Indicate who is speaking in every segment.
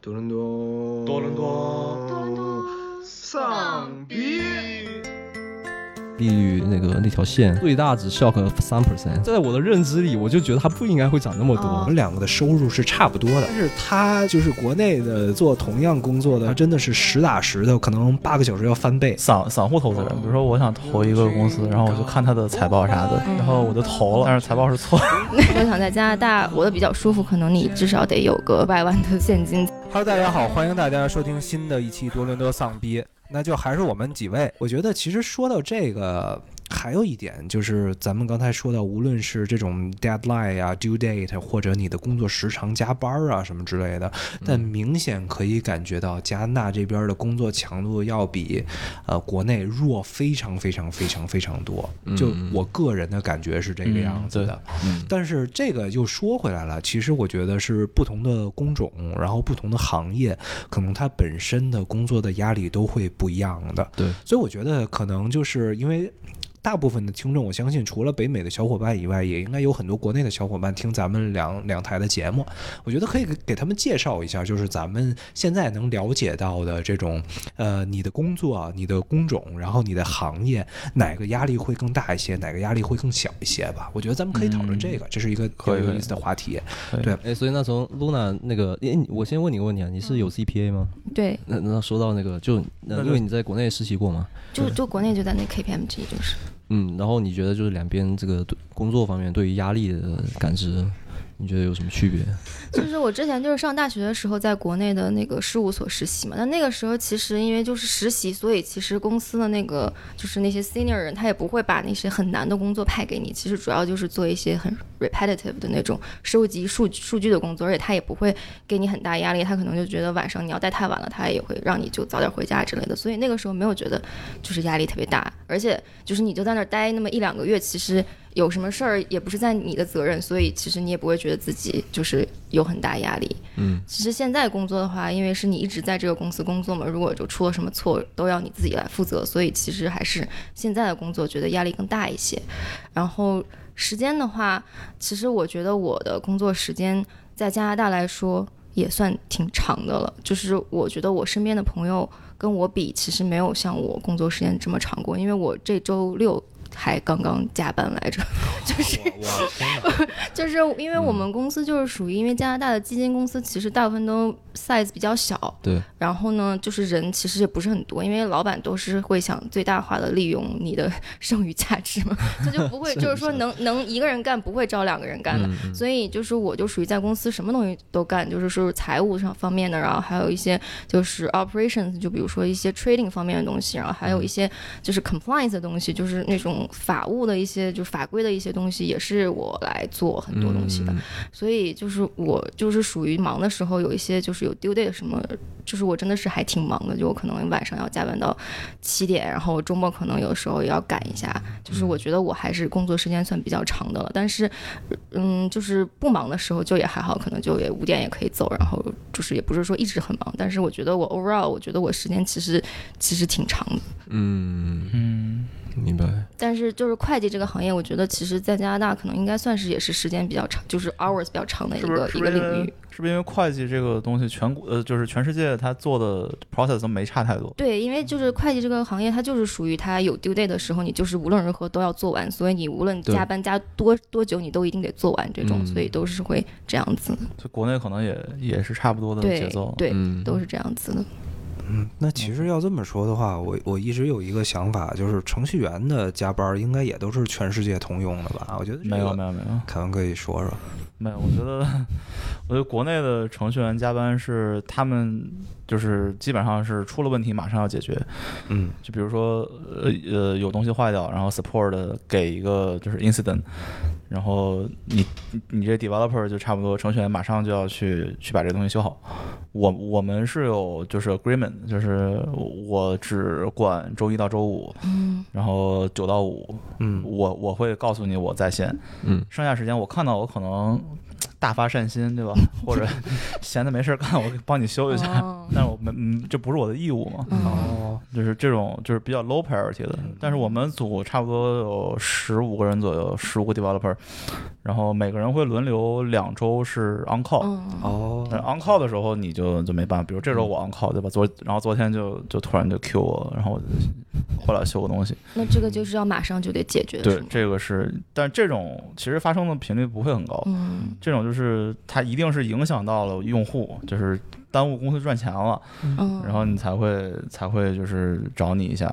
Speaker 1: 多伦多，
Speaker 2: 多伦多
Speaker 3: 多伦多
Speaker 1: 丧逼。
Speaker 4: 利率那个那条线最大只 shock 三 percent，在我的认知里，我就觉得它不应该会涨那么多。
Speaker 5: 我
Speaker 3: 哦
Speaker 5: 们两个的收入是差不多的，啊但是他就是国内的做同样工作的，他真的是实打实的，可能八个小时要翻倍。
Speaker 2: 散散户投资人，比如说我想投一个公司，然后我就看它的财报啥的，
Speaker 3: 嗯
Speaker 2: 然后我就投了，但是财报是错的。
Speaker 3: 我想在加拿大活得比较舒服，可能你至少得有个百万的现金。
Speaker 6: Hello，大家好，欢迎大家收听新的一期多伦多丧逼。那就还是我们几位，
Speaker 5: 我觉得其实说到这个，还有一点就是咱们刚才说到，无论是这种 deadline 啊、due date，或者你的工作时长、加班啊什么之类的，但明显可以感觉到加拿大这边的工作强度要比呃国内弱非常非常非常非常多。就我个人的感觉是这个样子的。但是这个又说回来了，其实我觉得是不同的工种，然后不同的行业，可能它本身的工作的压力都会不一样的。
Speaker 4: 对，
Speaker 5: 所以我觉得可能就是因为。大部分的听众，我相信除了北美的小伙伴以外，也应该有很多国内的小伙伴听咱们两两台的节目。我觉得可以给给他们介绍一下，就是咱们现在能了解到的这种，呃，你的工作、你的工种，然后你的行业，哪个压力会更大一些，哪个压力会更小一些吧？我觉得咱们可以讨论这个，这是一个
Speaker 2: 嗯可
Speaker 5: 很
Speaker 2: 以
Speaker 5: 有
Speaker 2: 可以
Speaker 5: 意思的话题。
Speaker 4: 哎，所以那从 Luna 那个，哎，你我先问你个问题啊，你是有 CPA 吗？
Speaker 3: 对，
Speaker 4: 那那说到那个，就那因为你在国内实习过嘛，
Speaker 3: 就就国内就在那 KPMG 就是。
Speaker 4: 嗯，然后你觉得就是两边这个对工作方面对于压力的感知，你觉得有什么区别？
Speaker 3: 就是我之前就是上大学的时候，在国内的那个事务所实习嘛。但那个时候其实因为就是实习，所以其实公司的那个就是那些 senior 人，他也不会把那些很难的工作派给你。其实主要就是做一些很 repetitive 的那种收集数数据的工作，而且他也不会给你很大压力。他可能就觉得晚上你要待太晚了，他也会让你就早点回家之类的。所以那个时候没有觉得就是压力特别大，而且就是你就在那儿待那么一两个月，其实有什么事儿也不是在你的责任，所以其实你也不会觉得自己就是有很大压力。嗯，其实现在工作的话，因为是你一直在这个公司工作嘛，如果就出了什么错，都要你自己来负责，所以其实还是现在的工作觉得压力更大一些。然后时间的话，其实我觉得我的工作时间在加拿大来说也算挺长的了，就是我觉得我身边的朋友。跟我比，其实没有像我工作时间这么长过，因为我这周六还刚刚加班来着， 就是 就是因为我们公司就是属于，因为加拿大的基金公司其实大部分都 size 比较小，
Speaker 4: 对，
Speaker 3: 然后呢，就是人其实也不是很多，因为老板都是会想最大化的利用你的剩余价值 嘛，这就不会就是嗯说能能一个人干不会招两个人干的，所以就是我就属于在公司什么东西都干，就是说财务上方面的，然后还有一些就是 operations，就比如说一些 trading 方面的东西，然后还有一些就是 compliance 的东西，就是那种法务的一些就是法规的一些东西，也是我来做很多东西的。所以就是我就是属于忙的时候有一些就是有 due date 什么，就是我真的是还挺忙的，就我可能晚上要加班到七点，然后周末可能有时候也要赶一下。就是
Speaker 4: 嗯
Speaker 3: 我觉得我还是工作时间算比较长的了，但是嗯，就是不忙的时候就也还好，可能就也五点也可以走，然后就是也不是说一直很忙，但是我觉得我 overall 我觉得我时间其实其实挺长的。
Speaker 4: 嗯，
Speaker 2: 嗯，
Speaker 4: 明白。
Speaker 3: 但是就是会计这个行业，我觉得其实在加拿大可能应该算是也是时间比较长，就是 hours 比较长的一
Speaker 2: 是不
Speaker 3: 个
Speaker 2: 是是
Speaker 3: 一
Speaker 2: 不
Speaker 3: 个
Speaker 2: 是因
Speaker 3: 领域
Speaker 2: 为。是不是因为会计这个东西全国呃就是全世界它做的 process 都没差太多？
Speaker 3: 对，因为就是会计这个行业，它就是属于它有 due date 的时候，你就是无论如何都要做完，所以你无论
Speaker 4: 对
Speaker 3: 加班加多多久，你都一定得做完这种，
Speaker 4: 嗯
Speaker 3: 所以都是会这样子的。
Speaker 2: 就国内可能也也是差不多的节
Speaker 3: 对
Speaker 2: 奏。
Speaker 3: 对，
Speaker 4: 嗯
Speaker 3: 都是这样子的。
Speaker 5: 嗯，那其实要这么说的话，我我一直有一个想法，就是程序员的加班应该也都是全世界通用的吧？我觉得这
Speaker 2: 没有
Speaker 5: 个
Speaker 2: 没有没有
Speaker 5: 凯文可以说说。
Speaker 2: 没有，我觉得我觉得国内的程序员加班是他们就是基本上是出了问题马上要解决，
Speaker 5: 嗯，
Speaker 2: 就比如说呃呃有东西坏掉，然后 support 给一个就是 incident，然后你你你这 developer 就差不多程序员马上就要去去把这东西修好。我我们是有就是 agreement，就是我只管周一到周五，
Speaker 3: 嗯，
Speaker 2: 然后九到五，
Speaker 5: 嗯
Speaker 2: 我我会告诉你我在线，
Speaker 4: 嗯，
Speaker 2: 剩下时间我看到我可能。大发善心，对吧？或者 闲的没事儿 干，我帮你修一下。
Speaker 3: 哦
Speaker 2: 但我们嗯，这不是我的义务嘛，
Speaker 3: 嗯
Speaker 5: 哦，
Speaker 2: 就是这种就是比较 low priority 的。但是我们组差不多有十五个人左右，十五个 developer，然后每个人会轮流两周是 on call，、
Speaker 3: 嗯
Speaker 5: 哦
Speaker 2: 但 on call 的时候你就就没办法，比如这周我 on call 对吧？昨然后昨天就就突然就 Q 我，然后我就过来修个东西。
Speaker 3: 那这个就是要马上就得解决，
Speaker 2: 对
Speaker 3: 是，吗
Speaker 2: 这个是，但这种其实发生的频率不会很高。
Speaker 3: 嗯
Speaker 2: 这种就是它一定是影响到了用户，就是耽误公司赚钱了，
Speaker 3: 嗯，
Speaker 2: 然后你才会才会就是找你一下。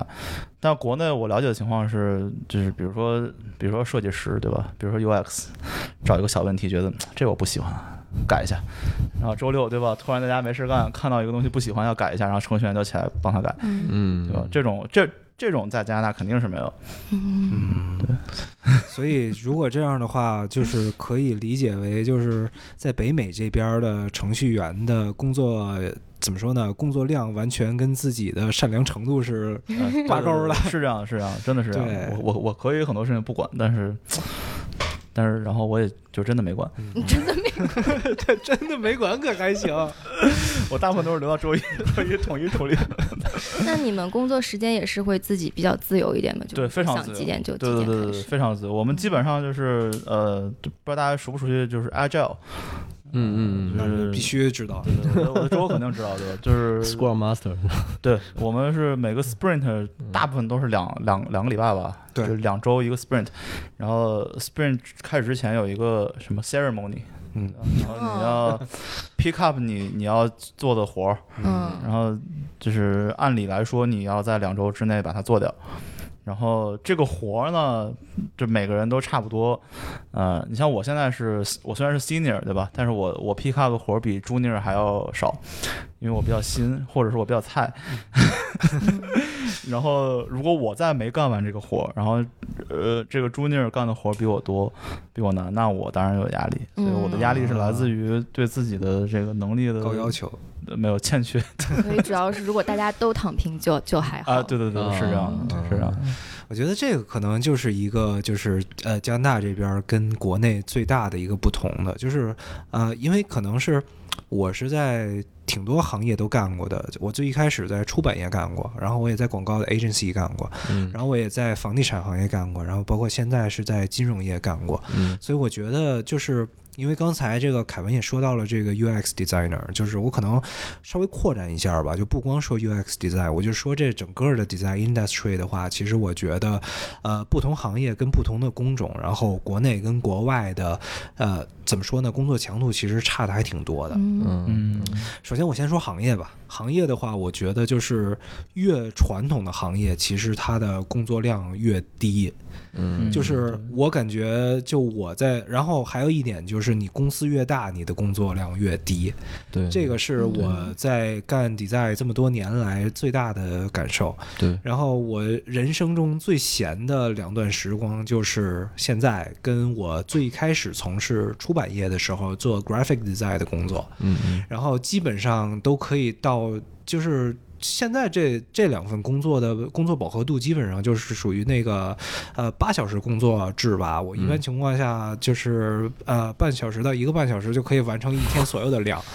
Speaker 2: 但国内我了解的情况是，就是比如说比如说设计师对吧？比如说 UX 找一个小问题，觉得嗯这我不喜欢。改一下，然后周六对吧？突然在家没事干，看到一个东西不喜欢要改一下，然后程序员就起来帮他改，
Speaker 3: 嗯
Speaker 4: 嗯，
Speaker 2: 对吧？这种这这种在加拿大肯定是没有，
Speaker 3: 嗯
Speaker 5: 嗯， 所以如果这样的话，就是可以理解为，就是在北美这边的程序员的工作怎么说呢？工作量完全跟自己的善良程度是
Speaker 2: 呃
Speaker 5: 挂钩了，
Speaker 2: 对对对是这样，是这样，真的是这样。
Speaker 5: 对
Speaker 2: 我我我可以很多事情不管，但是但是然后我也就真的没管，
Speaker 5: 嗯
Speaker 3: 嗯 真的没有，
Speaker 5: 真的没管可还行。
Speaker 2: 我大部分都是留到周一 周一统一处理。
Speaker 3: 那你们工作时间也是会自己比较自由一点吗？就
Speaker 2: 对非常自
Speaker 3: 想
Speaker 2: 由
Speaker 3: 几点就几
Speaker 2: 对对
Speaker 3: 点
Speaker 2: 对
Speaker 3: 开
Speaker 2: 对，
Speaker 3: 始。嗯
Speaker 2: 非常自由。我们基本上就是呃，不知道大家熟不熟悉，就是 Agile，
Speaker 4: 嗯嗯
Speaker 5: 那你必须知道，
Speaker 2: 对对对我的 周肯定知道对吧？就
Speaker 4: 嗯
Speaker 2: 是
Speaker 4: ，Scrum Master，
Speaker 2: 对我们是每个
Speaker 3: 嗯
Speaker 2: Sprint 大部分都是两两两个礼拜吧，
Speaker 5: 对
Speaker 2: 就是两周一个 Sprint，然后 Sprint 开始之前有一个什么 ceremony，
Speaker 5: 嗯，
Speaker 2: 然后 你要 pick up 你你要做的活儿。
Speaker 3: 嗯
Speaker 2: 然后就是按理来说，你要在两周之内把它做掉。然后这个活儿呢，就每个人都差不多。呃，你像我现在是，我虽然是 senior 对吧，但是我我 pick up 的活儿比 junior 还要少，因为我比较新，或者是我比较菜。 然后如果我再没干完这个活儿，然后呃这个 junior 干的活儿比我多，比我难，那我当然有压力。所以我的压力是来自于对自己的这个能力的
Speaker 5: 高要求。
Speaker 2: 呃没有欠缺。
Speaker 3: 所以主要是如果大家都躺平就就还好。
Speaker 2: 嗯啊，对对对，是这样
Speaker 5: 哦
Speaker 2: 的，是这样的。
Speaker 5: 我觉得这个可能就是一个，就是呃，加拿大这边儿跟国内最大的一个不同的，就是呃，因为可能是我是在挺多行业都干过的，我最一开始在出版业干过，然后我也在广告的 agency 干过，
Speaker 4: 嗯
Speaker 5: 然后我也在房地产行业干过，然后包括现在是在金融业干过，
Speaker 4: 嗯
Speaker 5: 所以我觉得就是因为刚才这个凯文也说到了这个 UX designer，就是我可能稍微扩展一下吧，就不光说 UX design，我就说这整个的 design industry 的话，其实我觉得呃不同行业跟不同的工种，然后国内跟国外的呃怎么说呢，工作强度其实差的还挺多的。
Speaker 3: 嗯
Speaker 4: 嗯
Speaker 2: 嗯，
Speaker 5: 首先我先说行业吧，行业的话，我觉得就是越传统的行业，其实它的工作量越低，
Speaker 4: 嗯
Speaker 5: 就是我感觉，就我在，然后还有一点就是，你公司越大，你的工作量越低。
Speaker 4: 对
Speaker 5: 这个是我在干 design 这么多年来最大的感受。
Speaker 4: 对
Speaker 5: 然后我人生中最闲的两段时光，就是现在跟我最开始从事出版业的时候做 graphic design 的工作，
Speaker 4: 嗯嗯
Speaker 5: 然后基本上都可以到就是。现在这这两份工作的工作饱和度基本上就是属于那个，呃，八小时工作制吧。我一般
Speaker 4: 嗯
Speaker 5: 情况下就是、呃，半小时到一个半小时就可以完成一天所有的量。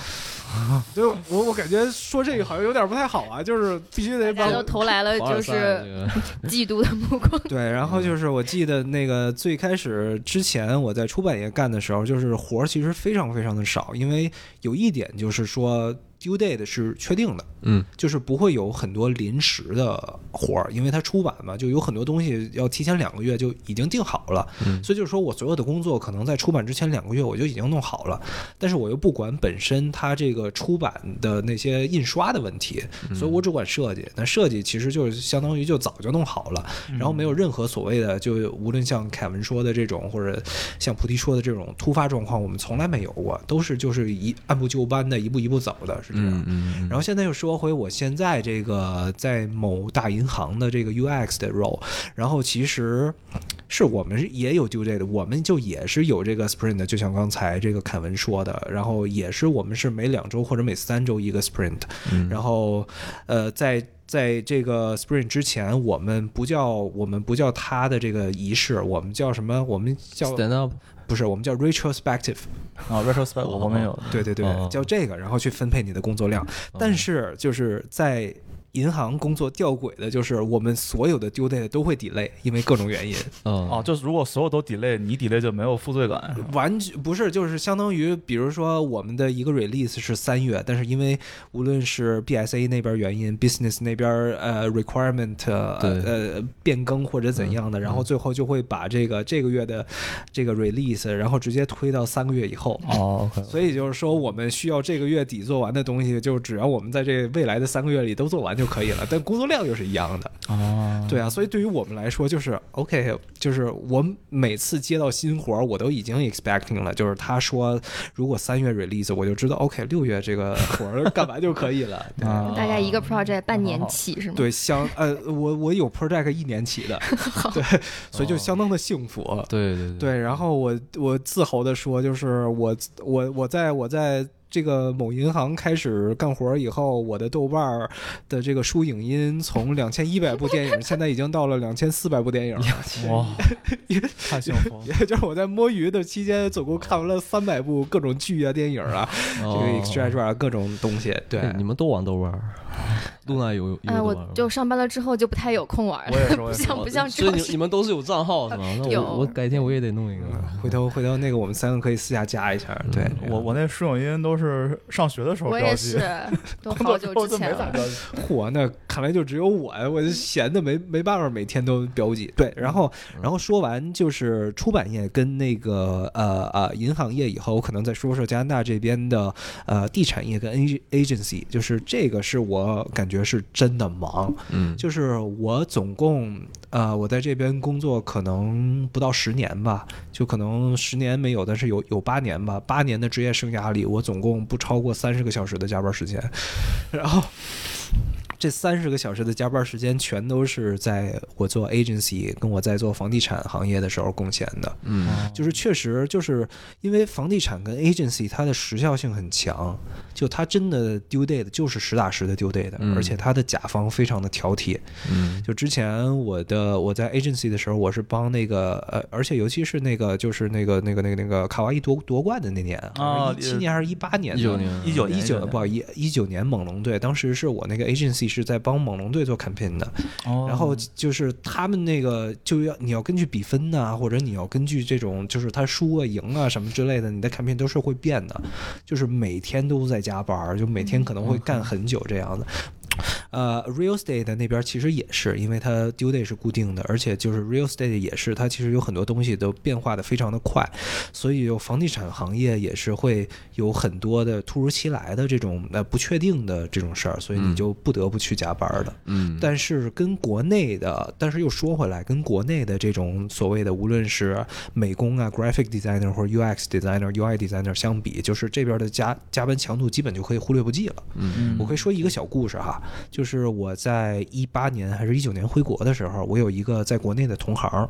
Speaker 5: 就我我感觉说这个好像有点不太好啊，就是必须得
Speaker 3: 大
Speaker 5: 把
Speaker 3: 家都投 来了
Speaker 4: 凡尔
Speaker 3: 呃就
Speaker 4: 赛
Speaker 3: 是
Speaker 4: 这个
Speaker 3: 嫉妒的目光。
Speaker 5: 对，然后就是我记得那个最开始之前我在出版业干的时候，就是活儿其实非常非常的少，因为有一点就是说 due date 是确定的，
Speaker 4: 嗯
Speaker 5: 就是不会有很多临时的活儿，因为它出版嘛，就有很多东西要提前两个月就已经定好了，
Speaker 4: 嗯
Speaker 5: 所以就是说我所有的工作可能在出版之前两个月我就已经弄好了，但是我又不管本身它这个出版的那些印刷的问题，
Speaker 4: 嗯
Speaker 5: 所以我只管设计。那设计其实就是相当于就早就弄好了，
Speaker 4: 嗯
Speaker 5: 然后没有任何所谓的，就无论像凯文说的这种，或者像菩提说的这种突发状况，我们从来没有过，都是就是一按部就班的，一步一步走的，是这样。
Speaker 4: 嗯嗯，
Speaker 5: 然后现在又说回我现在这个在某大银行的这个 UX 的 role，然后其实是我们也有 due date，的我们就也是有这个 sprint，的就像刚才这个凯文说的，然后也是我们是每两周或者每三周一个 sprint，然
Speaker 4: 嗯
Speaker 5: 后呃在。在这个 sprint 之前，我们不叫我们不叫它的这个仪式，我们叫什么？我们叫
Speaker 4: Stand up，
Speaker 5: 不是，我们叫 retrospective，哦
Speaker 2: 啊，retrospect 我我们有，
Speaker 5: 对对对
Speaker 4: 哦，
Speaker 5: 叫这个，然后去分配你的工作量。
Speaker 4: 嗯
Speaker 5: 但是就是在银行工作吊诡的，就是我们所有的 due date 都会 delay，因为各种原因，
Speaker 2: 哦，
Speaker 4: 哦，
Speaker 2: 就是如果所有都 delay，你 delay 就没有负罪感，是吧
Speaker 5: 完全不是就是相当于，比如说我们的一个 release 是三月，但是因为无论是 BSA 那边原因，business 那边呃 requirement 呃
Speaker 4: 对
Speaker 5: 呃变更或者怎样的，然后最后就会把这个这个月的这个 release，然后直接推到三个月以后。
Speaker 2: 哦，OK，
Speaker 5: 所以就是说，我们需要这个月底做完的东西，就只要我们在这未来的三个月里都做完就可以了。但工作量又是一样的，
Speaker 2: 哦，
Speaker 5: 对啊。所以对于我们来说，就是 OK，就是我每次接到新活儿，我都已经 expecting 了，就是他说如果三月 release，我就知道 OK，六月这个活儿干完就可以了。对
Speaker 2: 啊
Speaker 3: 大概一个 project 半年起是吗？
Speaker 5: 对，相呃，我我有 project 一年起的，对，所以就相当的幸福。
Speaker 4: 对对
Speaker 5: 对，然后我我自豪的说，就是我我我在我在这个某银行开始干活以后，我的豆瓣儿的这个书影音从两千一百部电影，现在已经到了两千四百部 电影了。
Speaker 2: 哇，太幸福了。
Speaker 5: 也就是我在摸鱼的期间，总共看完了三百部各种剧啊、电影啊，
Speaker 4: 哦
Speaker 5: 这个 extra 啊各种东西。对，
Speaker 4: 你们都玩豆瓣儿， 露娜有有
Speaker 3: 哎，
Speaker 4: 豆
Speaker 3: 我
Speaker 4: 瓣儿吗哦
Speaker 3: 就上班了之后就不太有空玩
Speaker 2: 我也
Speaker 3: 了，
Speaker 2: 是我
Speaker 3: 不
Speaker 2: 也 是
Speaker 3: 像不像
Speaker 4: 所以
Speaker 3: 周
Speaker 4: 你你
Speaker 3: 深。
Speaker 4: 们都是有账号 是吗？那
Speaker 3: 有
Speaker 4: 我我改天我也得弄一个。
Speaker 5: 回头回头那个我们三个可以私下加一下。
Speaker 4: 嗯
Speaker 5: 对，
Speaker 2: 我我那书影音都是上学的时候
Speaker 3: 我
Speaker 2: 标
Speaker 3: 也
Speaker 2: 记
Speaker 3: 是，，都
Speaker 2: 工作
Speaker 3: 好
Speaker 2: 之
Speaker 3: 久
Speaker 2: 后
Speaker 3: 之
Speaker 2: 就没
Speaker 3: 前
Speaker 2: 咋
Speaker 3: 了。
Speaker 2: 标记。
Speaker 5: 嚯，那看来就只有我呀，我就闲的没没办法，每天都标记。对，然后然后说完就是出版业跟那个呃呃银行业以后，我可能再说说加拿大这边的呃地产业跟 ag- agency，就是这个是我感觉是真的忙，
Speaker 4: 嗯
Speaker 5: 就是我总共呃我在这边工作可能不到十年吧，就可能十年没有，但是有有八年吧，八年的职业生涯里，我总共不超过三十个小时的加班时间， 然后。这三十个小时的加班时间，全都是在我做 agency 跟我在做房地产行业的时候贡献的。
Speaker 4: 嗯，
Speaker 5: 就是确实就是因为房地产跟 agency 它的时效性很强，就它真的 due date 就是实打实的 due date，、
Speaker 4: 嗯
Speaker 5: 而且它的甲方非常的挑剔。
Speaker 4: 嗯
Speaker 5: 就之前我的我在 agency 的时候，我是帮那个呃，而且尤其是那个就是那个那个那个那个卡哇伊夺夺冠的那年
Speaker 2: 啊
Speaker 5: 一七年还是一八年的？
Speaker 4: 一九年
Speaker 2: 一九
Speaker 5: 一九不好意一九年猛龙队，当时是我那个 agency 是在帮猛龙队做 campaign 的，
Speaker 2: 哦
Speaker 5: 然后就是他们那个就要你要根据比分呐、或者你要根据这种就是他输啊赢啊什么之类的，你的 campaign 都是会变的，就是每天都在加班儿，就每天可能会干很久这样的。呃，real estate 那边其实也是，因为它 due day 是固定的，而且就是 real estate 也是，它其实有很多东西都变化的非常的快，所以有房地产行业也是会有很多的突如其来的这种呃不确定的这种事儿，所以你
Speaker 4: 嗯
Speaker 5: 就不得不去加班儿的。
Speaker 4: 嗯，
Speaker 5: 但是跟国内的，但是又说回来，跟国内的这种所谓的无论是美工啊、graphic designer 或者 UX designer、UI designer 相比，就是这边的加加班强度基本就可以忽略不计了。
Speaker 4: 嗯
Speaker 5: 我可以说一个小故事哈，就是我在一八年还是一九年回国的时候，我有一个在国内的同行，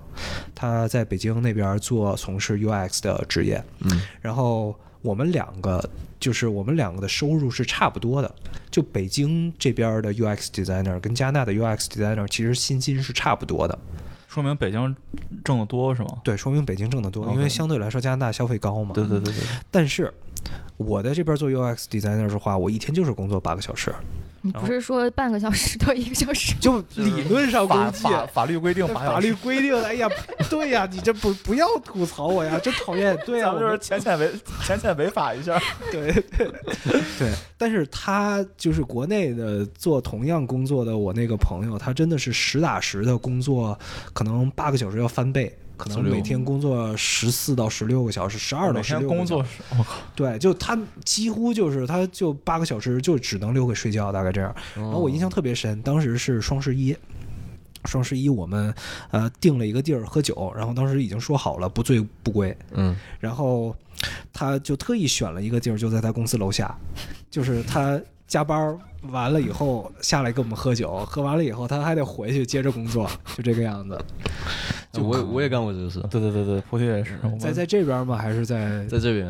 Speaker 5: 他在北京那边做从事 UX 的职业，
Speaker 4: 嗯，
Speaker 5: 然后我们两个就是我们两个的收入是差不多的，就北京这边的 UX designer 跟加拿大的 UX designer 其实薪金是差不多的，
Speaker 2: 说明北京挣的多是吗？
Speaker 5: 对，说明北京挣得多，因为
Speaker 2: OK
Speaker 5: 相对来说加拿大消费高嘛，
Speaker 2: 对对对对，
Speaker 5: 但是。我在这边做 UX designer 的话，我一天就是工作八个小时，
Speaker 3: 你 不是说半个小时到一个小时？
Speaker 5: 就理论上
Speaker 2: 法
Speaker 5: 工作。
Speaker 2: 法法律规定八小时
Speaker 5: 法律规定的，哎呀，对呀，你这不不要吐槽我呀，真讨厌。对呀，
Speaker 2: 咱们就
Speaker 5: 啊我
Speaker 2: 是
Speaker 5: 们
Speaker 2: 浅浅违浅浅违法一下。
Speaker 5: 对对对。 但是他就是国内的做同样工作的我那个朋友，他真的是实打实的工作，可能八个小时要翻倍，可能
Speaker 4: 16
Speaker 5: 每天工作十四到十六个小时，十二到
Speaker 2: 每
Speaker 5: 十
Speaker 2: 天
Speaker 5: 六。
Speaker 2: 工作，我靠，
Speaker 5: 对，就他几乎就是他就八个小时就只能留给睡觉，大概这样。然后我
Speaker 4: 哦
Speaker 5: 印象特别深，当时是双十一。双十一我们呃定了一个地儿喝酒，然后当时已经说好了不醉不归，
Speaker 4: 嗯
Speaker 5: 然后他就特意选了一个地儿，就在他公司楼下，就是他加班儿完了以后下来跟我们喝酒，喝完了以后他还得回去接着工作，就这个样子。
Speaker 4: 就我也我也干过这个事，
Speaker 2: 对对对对，菩提也是，我们
Speaker 5: 在在这边吗？还是在
Speaker 4: 在这 边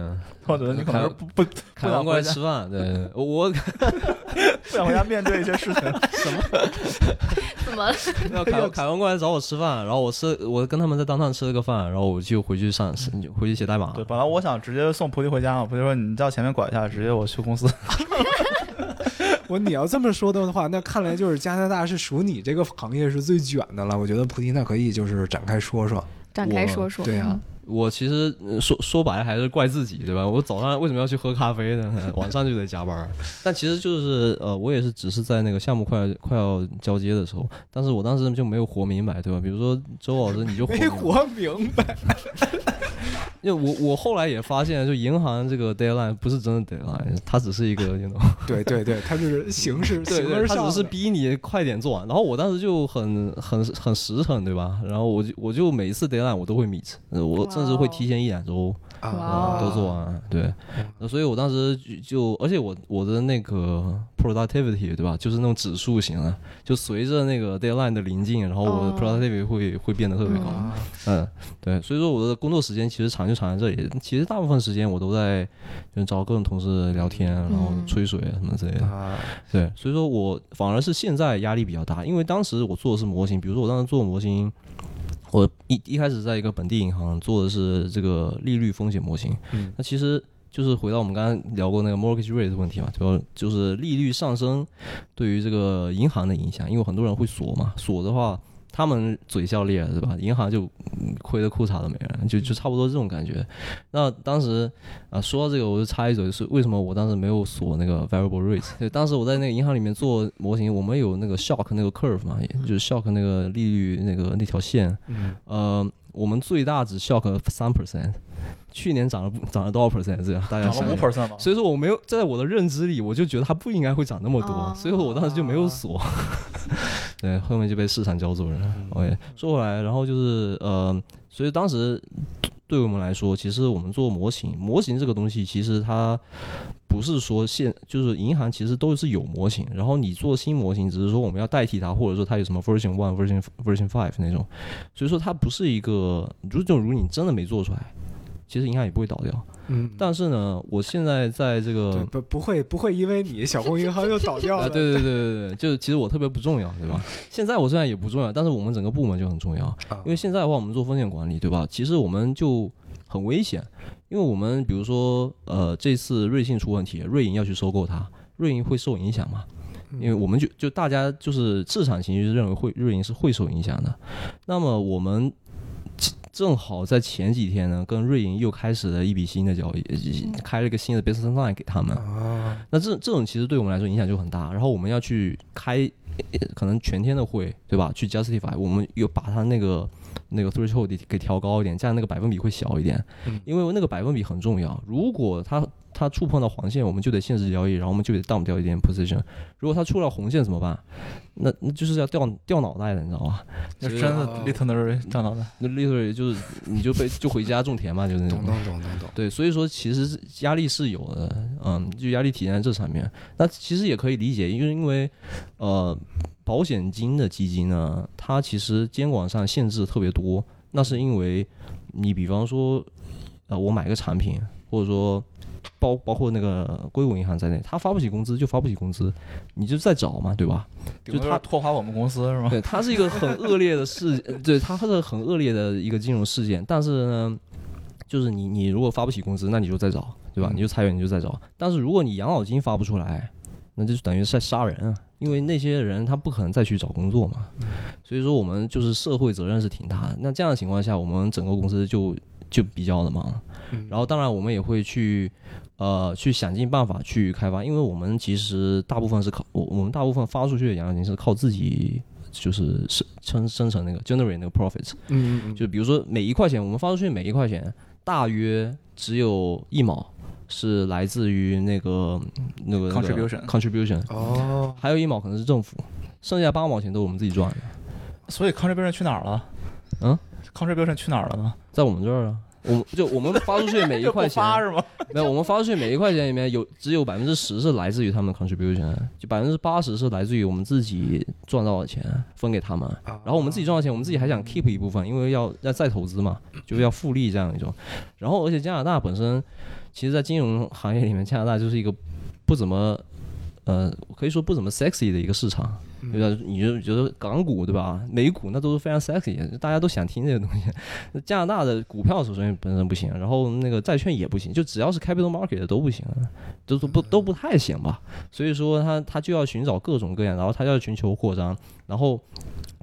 Speaker 2: 我觉得你可能是不不不
Speaker 4: 凯
Speaker 2: 想
Speaker 4: 文过来
Speaker 2: 回家，
Speaker 4: 吃饭，对，对对我 我
Speaker 2: 不想回家面对一些事情。
Speaker 3: 怎么了？
Speaker 4: 然后凯文凯文过来找我吃饭，然后我吃我跟他们在当趟吃了个饭，然后我就回去上就回去写代码，
Speaker 2: 对，本来我想直接送菩提回家嘛，菩提说你到前面拐一下，直接我去公司。
Speaker 5: 我你要这么说的话，那看来就是加拿大是属你这个行业是最卷的了。我觉得菩提那可以就是展开说说，
Speaker 3: 展开说说。
Speaker 5: 对啊，
Speaker 4: 我其实呃说说白了还是怪自己，对吧？我早上为什么要去喝咖啡呢？ 晚上就得加班儿。但其实就是呃，我也是只是在那个项目快快要交接的时候，但是我当时就没有活明白，对吧？比如说周老师你就活
Speaker 5: 没
Speaker 4: 明白
Speaker 5: 活明白。
Speaker 4: 因为我我后来也发现，就银行这个 deadline 不是真的 deadline，它只 是一个 you know，
Speaker 5: 对对对，他就是形式
Speaker 4: 对
Speaker 5: 形
Speaker 4: 对，
Speaker 5: 而
Speaker 4: 它
Speaker 5: 上的，
Speaker 4: 只是逼你快点做完。然后我当时就很很很实诚，对吧？然后我就我就每一次 deadline 我都会 meet，呃
Speaker 5: 哦
Speaker 4: 我甚至会提前一两周。
Speaker 5: 啊
Speaker 3: 哇，
Speaker 4: 都做完了，对，那所以我当时就，就而且我我的那个 productivity 对吧，就是那种指数型的，就随着那个 deadline 的临近，然后我的
Speaker 3: 哦
Speaker 4: productivity 会、会变得特别高，嗯，对，所以说我的工作时间其实长就长在这里，其实大部分时间我都在就是找各种同事聊天，然后
Speaker 3: 嗯
Speaker 4: 吹水什么之类的，
Speaker 5: 啊，
Speaker 4: 对，所以说我反而是现在压力比较大，因为当时我做的是模型，比如说我当时做模型，我一一开始在一个本地银行做的是这个利率风险模型，
Speaker 5: 嗯
Speaker 4: 那其实就是回到我们刚刚聊过那个 mortgage rate 的问题嘛，主要就是利率上升对于这个银行的影响，因为很多人会锁嘛，锁的话。他们嘴笑裂了，对吧？银行就嗯亏的裤衩都没了，就就差不多这种感觉。那当时啊，说到这个，我就插一嘴，是为什么我当时没有锁那个 variable rate？对，当时我在那个银行里面做模型，我们有那个 shock 那个 curve 嘛，
Speaker 2: 嗯
Speaker 4: 也就是 shock 那个利率那个那条线，
Speaker 5: 嗯，
Speaker 4: 呃，我们最大只 shock 三 percent，去年涨了不涨了多少 percent？这样大家
Speaker 2: 涨
Speaker 4: 想
Speaker 2: 了
Speaker 4: 一
Speaker 2: 五
Speaker 4: 下
Speaker 2: percent 嘛，
Speaker 4: 所以说我没有在我的认知里，我就觉得它不应该会涨那么多，
Speaker 3: 哦
Speaker 4: 所以我当时就没有锁。 对，后面就被市场教走了。OK，说回来，然后就是呃，所以当时对我们来说，其实我们做模型，模型这个东西其实它不是说现就是银行其实都是有模型，然后你做新模型，只是说我们要代替它，或者说它有什么 version one、version version five 那种，所以说它不是一个，如就如果你真的没做出来，其实银行也不会倒掉。
Speaker 5: 嗯，
Speaker 4: 但是呢，我现在在这
Speaker 5: 对
Speaker 4: 个
Speaker 5: 不不会不会因为你小红银行就倒掉
Speaker 4: 啊，
Speaker 5: 了，嗯
Speaker 4: 对对对对对，就是其实我特别不重要，对吧？现在我虽然也不重要，但是我们整个部门就很重要，
Speaker 5: 啊
Speaker 4: 因为现在的话，我们做风险管理，对吧？其实我们就很危险，因为我们比如说，呃，这次瑞信出问题，瑞银要去收购它，瑞银会受影响吗？
Speaker 5: 嗯
Speaker 4: 因为我们就就大家就是市场情绪是认为会瑞银是会受影响的，那么我们其正好在前几天呢，跟瑞银又开始了一笔新的交易，呃开了一个新的 business line 给他们。那这这种其实对我们来说影响就很大，然后我们要去开呃可能全天的会，对吧？去 justify，我们又把它那个那个 threshold 给给调高一点，这样那个百分比会小一点，因为那个百分比很重要。如果它它触碰到黄线，我们就得限制交易，然后我们就得 down 掉一点 position。如果它触到红线怎么办？那那就是要掉掉脑袋的，你知道吧？
Speaker 2: 那真的 literary 占到的。
Speaker 4: 那 literally 就是你就被就回家种田嘛，就是那种
Speaker 5: 懂。懂懂懂懂，
Speaker 4: 对，所以说其实是压力是有的，嗯，就压力体现在这上面。那其实也可以理解，因为因为呃，保险金的基金呢，它其实监管上限制特别多，那是因为你比方说，呃，我买个产品，或者说。包包括那个硅谷银行在内，它发不起工资就发不起工资，你就再找嘛，对吧？
Speaker 2: 就他拖垮我们公司是吗？
Speaker 4: 对，它是一个很恶劣的事，呃对，它是很恶劣的一个金融事件。但是呢，就是你你如果发不起工资，那你就再找，对
Speaker 2: 嗯
Speaker 4: 吧？你就裁员，你就再找。但是如果你养老金发不出来，那就等于是在杀人啊，因为那些人他不可能再去找工作嘛。
Speaker 2: 嗯
Speaker 4: 所以说，我们就是社会责任是挺大的。那这样的情况下，我们整个公司就就比较的忙。
Speaker 2: 嗯
Speaker 5: 嗯
Speaker 4: 然后，当然我们也会去。呃，去想尽办法去开发，因为我们其实大部分是靠我，我们大部分发出去的养老金是靠自己就是生生生成那个 generate 那个 profits，
Speaker 5: 嗯嗯嗯，
Speaker 4: 就比如说每一块钱，我们发出去每一块钱，大约只有一毛是来自于那个嗯那个那个
Speaker 2: Contribution
Speaker 4: contribution，
Speaker 5: 哦，
Speaker 4: 还有一毛可能是政府，剩下八毛钱都是我们自己赚的，
Speaker 2: 所以 contribution 去哪儿了？
Speaker 4: 嗯
Speaker 2: ，contribution 去哪儿了呢？
Speaker 4: 在我们这儿啊，我就我们发出去的每一
Speaker 2: 这不
Speaker 4: 块钱，
Speaker 2: 发是吗？
Speaker 4: 没有，我们发出去每一块钱里面有只有百分之十是来自于他们的 contribution，就百分之八十是来自于我们自己赚到的钱分给他们，然后我们自己赚到钱，我们自己还想 keep 一部分，因为要要再投资嘛，就是要复利这样一种。然后而且加拿大本身，其实在金融行业里面，加拿大就是一个不怎么。呃，可以说不怎么 sexy 的一个市场，对吧？你就觉得港股对吧？美股那都是非常 sexy，大家都想听这些东西。那加拿大的股票首先本身不行，然后那个债券也不行，就只要是 capital market 的都不行，啊都都不都不太行吧。所以说他他就要寻找各种各样，然后他要寻求扩张，然后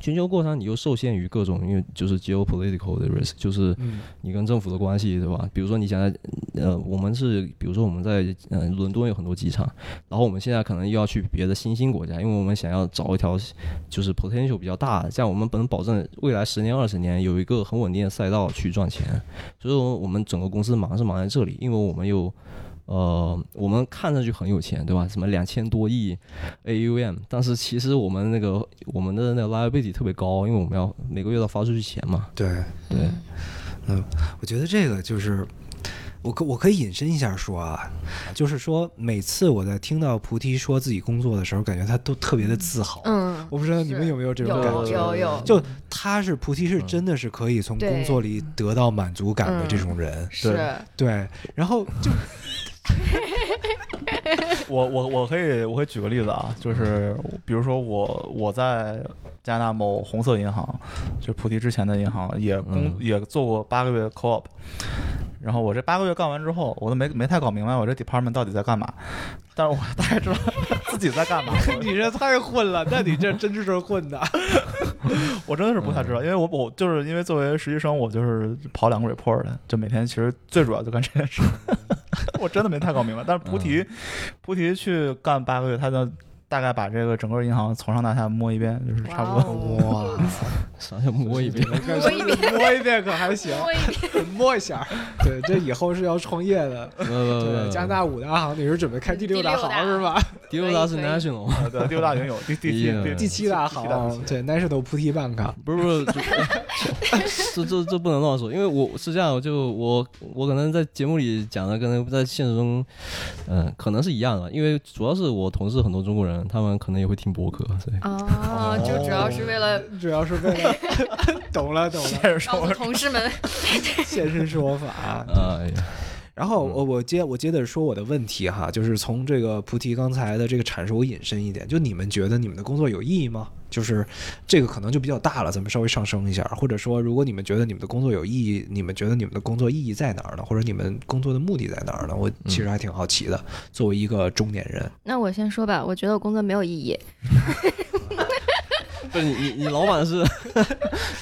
Speaker 4: 全球扩张你又受限于各种，因为就是 geopolitical 的 risk，就是
Speaker 5: 嗯
Speaker 4: 你跟政府的关系，对吧？比如说你想在呃，我们是比如说我们在呃伦敦有很多机场，然后我们现在可能又要去别的新兴国家，因为我们想要找一条就是 potential 比较大的，这样我们能保证未来十年、二十年有一个很稳定的赛道去赚钱。所以说，我们整个公司忙是忙在这里，因为我们有。呃，我们看上去很有钱，对吧？什么两千多亿 AUM，但是其实我们那个我们的那个 liability 特别高，因为我们要每个月要发出去钱嘛。
Speaker 5: 对，
Speaker 3: 嗯
Speaker 4: 对，
Speaker 5: 我觉得这个就是。我可我可以引申一下说啊，就是说每次我在听到菩提说自己工作的时候，感觉他都特别的自豪。
Speaker 3: 嗯，
Speaker 5: 我不知道你们
Speaker 3: 是
Speaker 5: 有没有这种感
Speaker 3: 有
Speaker 5: 觉？
Speaker 3: 有有，
Speaker 5: 就他是菩提是真的是可以从工作里得到满足感的这种
Speaker 3: 嗯
Speaker 5: 人，
Speaker 3: 是
Speaker 5: 对。然后就
Speaker 2: 我我我可以我可以举个例子啊，就是比如说我我在加拿大某红色银行，就菩提之前的银行，也工、
Speaker 4: 嗯
Speaker 2: 也做过八个月 co-op。然后我这八个月干完之后，我都没没太搞明白我这 department 到底在干嘛，但是我大概知道 自己在干嘛。
Speaker 5: 你这太混了，那你这真是混 的。
Speaker 2: 我真的是不太知道，因为我我就是因为作为实习生，我就是跑两个 report 的，就每天其实最主要就干这件事。 我真的没太搞明白，但是菩提，菩提去干八个月，他就大概把这个整个银行从上到下摸一遍，就是差不多。
Speaker 3: 多。
Speaker 5: 哇，
Speaker 4: 啥叫摸一遍？
Speaker 3: 摸哦一 遍，
Speaker 5: 摸一遍可还 行，
Speaker 3: 摸一遍，
Speaker 5: 摸一下。对，这以后是要创业的。
Speaker 4: 不不不
Speaker 5: 对，
Speaker 4: 不，
Speaker 5: 加拿大五大行，你是准备开第六大
Speaker 3: 第六大
Speaker 5: 行是吧？
Speaker 4: 第二大是
Speaker 3: 可以
Speaker 4: national，
Speaker 2: 啊对，第六大原有，第第
Speaker 4: 哎呀
Speaker 2: 七第
Speaker 5: 嗯第七大
Speaker 2: 第七大
Speaker 5: 行，对，National 菩提 Bank。
Speaker 4: 不是不是，这这这这不能乱说，因为我是这样，就我我可能在节目里讲的跟在现实中，嗯、可能是一样的，因为主要是我同事很多中国人，他们可能也会听播客，所以
Speaker 3: 哦，就主要是为了
Speaker 5: 主要是为了 懂了懂了，
Speaker 2: 现实
Speaker 3: 告
Speaker 2: 生
Speaker 3: 诉
Speaker 2: 活
Speaker 3: 同事们，
Speaker 5: 现身说法。啊
Speaker 4: 哎呀，
Speaker 5: 然后我我接我接着说我的问题哈，就是从这个菩提刚才的这个阐述，我引申一点，就你们觉得你们的工作有意义吗？就是这个可能就比较大了，咱们稍微上升一下，或者说，如果你们觉得你们的工作有意义，你们觉得你们的工作意义在哪儿呢？或者你们工作的目的在哪儿呢？我其实还挺好奇的。作为一个中年人，
Speaker 3: 那我先说吧，我觉得我工作没有意义。
Speaker 4: 不是你你你老板是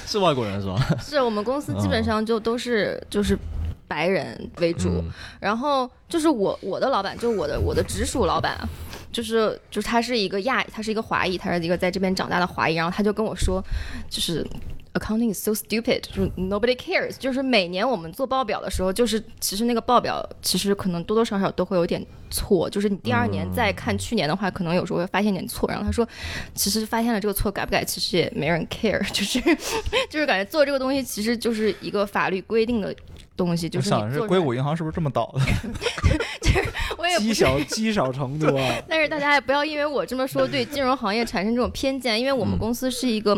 Speaker 4: 是外国人是吧？
Speaker 3: 是我们公司基本上就都是就是白人为主，
Speaker 4: 嗯
Speaker 3: 然后就是我我的老板，就是我的我的直属老板啊，就是就是他是一个亚，他是一个华裔，他是一个在这边长大的华裔，然后他就跟我说，就是。Accounting is so stupid，就是 nobody cares。就是每年我们做报表的时候，就是其实那个报表其实可能多多少少都会有点错，就是你第二年再看去年的话，可能有时候会发现点错。然后他说，其实发现了这个错改不改，其实也没人 care，就是 就是感觉做这个东西其实就是一个法律规定的东西，就
Speaker 2: 我
Speaker 3: 是你
Speaker 2: 想
Speaker 3: 做
Speaker 2: 是
Speaker 3: 出来
Speaker 2: 硅谷银行是不是这么倒的？
Speaker 3: 我也不
Speaker 5: 积少积少成多，
Speaker 3: 但是大家也不要因为我这么说对金融行业产生这种偏见，因为
Speaker 5: 嗯
Speaker 3: 我们公司是一个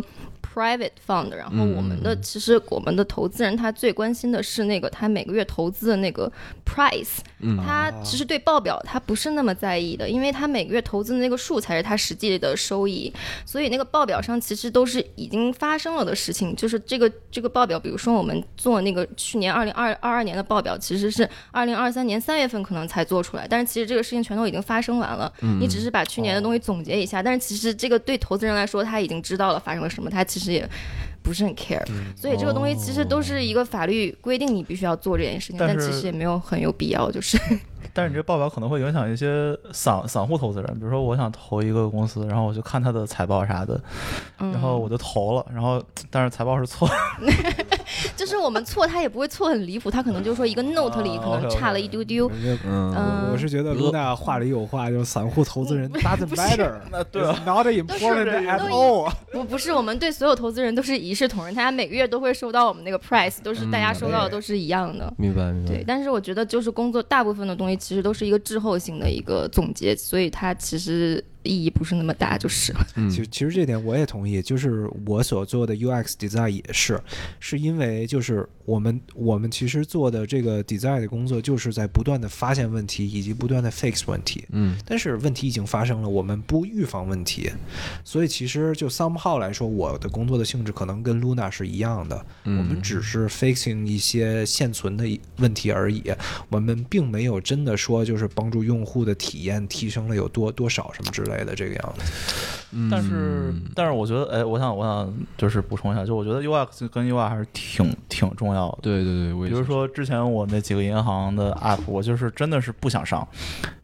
Speaker 3: private fund，然后我们
Speaker 5: 嗯
Speaker 3: 的其实我们的投资人他最关心的是那个他每个月投资的那个 price，
Speaker 4: 嗯
Speaker 3: 他其实对报表他不是那么在意的，因为他每个月投资的那个数才是他实际的收益，所以那个报表上其实都是已经发生了的事情，就是这个这个报表，比如说我们做那个去年二零二二二年的报表，其实是二零二三年三月份可能才做出来，但是其实这个事情全都已经发生完了，
Speaker 2: 嗯
Speaker 3: 你只是把去年的东西总结一下，但是其实这个对投资人来说他已经知道了发生了什么，他其实也。不是很 care，、所
Speaker 2: 嗯
Speaker 3: 以这个东西其实都是一个法律规定，你必须要做这件事情，
Speaker 2: 但
Speaker 3: 但
Speaker 2: 是
Speaker 3: 其实也没有很有必要，就是
Speaker 2: 但是你这报表可能会影响一些散散户投资人，比如说我想投一个公司，然后我就看它的财报啥的，然后我就投了，然后但是财报是错的，
Speaker 3: 就是我们错，他也不会错很离谱，他可能就是说一个
Speaker 2: 啊
Speaker 3: note 里可能
Speaker 2: OK，OK
Speaker 3: 差了一丢丢。
Speaker 5: 我
Speaker 3: 嗯
Speaker 5: 我，是觉得
Speaker 4: 比如
Speaker 5: 露娜话里有话，就是散户投资 人 doesn't
Speaker 3: 不是
Speaker 5: matter，
Speaker 2: 那对
Speaker 5: It's，not
Speaker 3: 都
Speaker 5: important
Speaker 3: 是
Speaker 5: at
Speaker 3: 都一
Speaker 5: all。
Speaker 3: 不不是，我们对所有投资人都是一视同仁，大家每个月都会收到我们那个 price，都是大家
Speaker 4: 嗯
Speaker 3: 收到的都是一样的。
Speaker 4: 明白
Speaker 2: 嗯
Speaker 4: 明白。
Speaker 3: 对，但是我觉得就是工作大部分的东西其实都是一个滞后性的一个总结，所以它其实意义不是那么大，就是了。
Speaker 4: 嗯
Speaker 5: 其实其实这点我也同意，就是我所做的 UX design 也是，是因为就是我们我们其实做的这个 design 的工作，就是在不断的发现问题以及不断的 fix 问题。
Speaker 4: 嗯
Speaker 5: 但是问题已经发生了，我们不预防问题，所以其实就 somehow 来说，我的工作的性质可能跟 Luna 是一样的，
Speaker 4: 嗯
Speaker 5: 我们只是 fixing 一些现存的问题而已，我们并没有真的说就是帮助用户的体验提升了有多多少什么之类的这个样子。
Speaker 4: 嗯
Speaker 2: 但是，但是我觉得，哎，我想，我想就是补充一下，就我觉得 UX 跟 UI 还是挺挺重要的。
Speaker 4: 对对对，我
Speaker 2: 比
Speaker 4: 也是
Speaker 2: 如说之前我那几个银行的 app，我就是真的是不想上。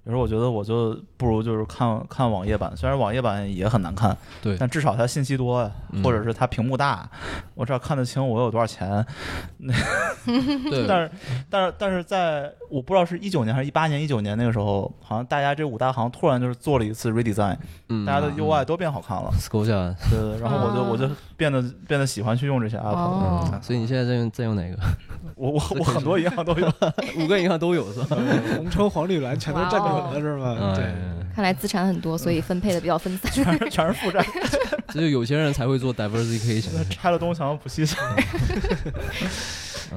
Speaker 2: 有时候我觉得我就不如就是看看网页版，虽然网页版也很难看，
Speaker 4: 对
Speaker 2: 但至少它信息多呀，
Speaker 4: 嗯
Speaker 2: 或者是它屏幕大，我至少看得清我有多少钱。
Speaker 4: 对，
Speaker 2: 但是，但是，但是在我不知道是一九年还是一八年、一九年那个时候，好像大家这五大行突然就是做了一次 redesign，
Speaker 4: 嗯
Speaker 2: 大家的
Speaker 4: 嗯
Speaker 2: UI 都变好看了。
Speaker 4: scroll 下来。
Speaker 2: 对对，对然后我就我就变得变得喜欢去用这些 app 了。
Speaker 3: 哦，
Speaker 4: 所以你现在在用在用哪个？
Speaker 2: 我我我很多银行都有，
Speaker 4: 五个银行都有是吧？
Speaker 5: 红橙黄绿蓝全都占满了是吗？对，
Speaker 4: 哎，
Speaker 3: 看来资产很多，所以分配的比较分散。
Speaker 2: 全是全是负债，
Speaker 4: 这就有钱人才会做 diversification。
Speaker 2: 拆了东墙补西
Speaker 5: 嗯
Speaker 2: 墙。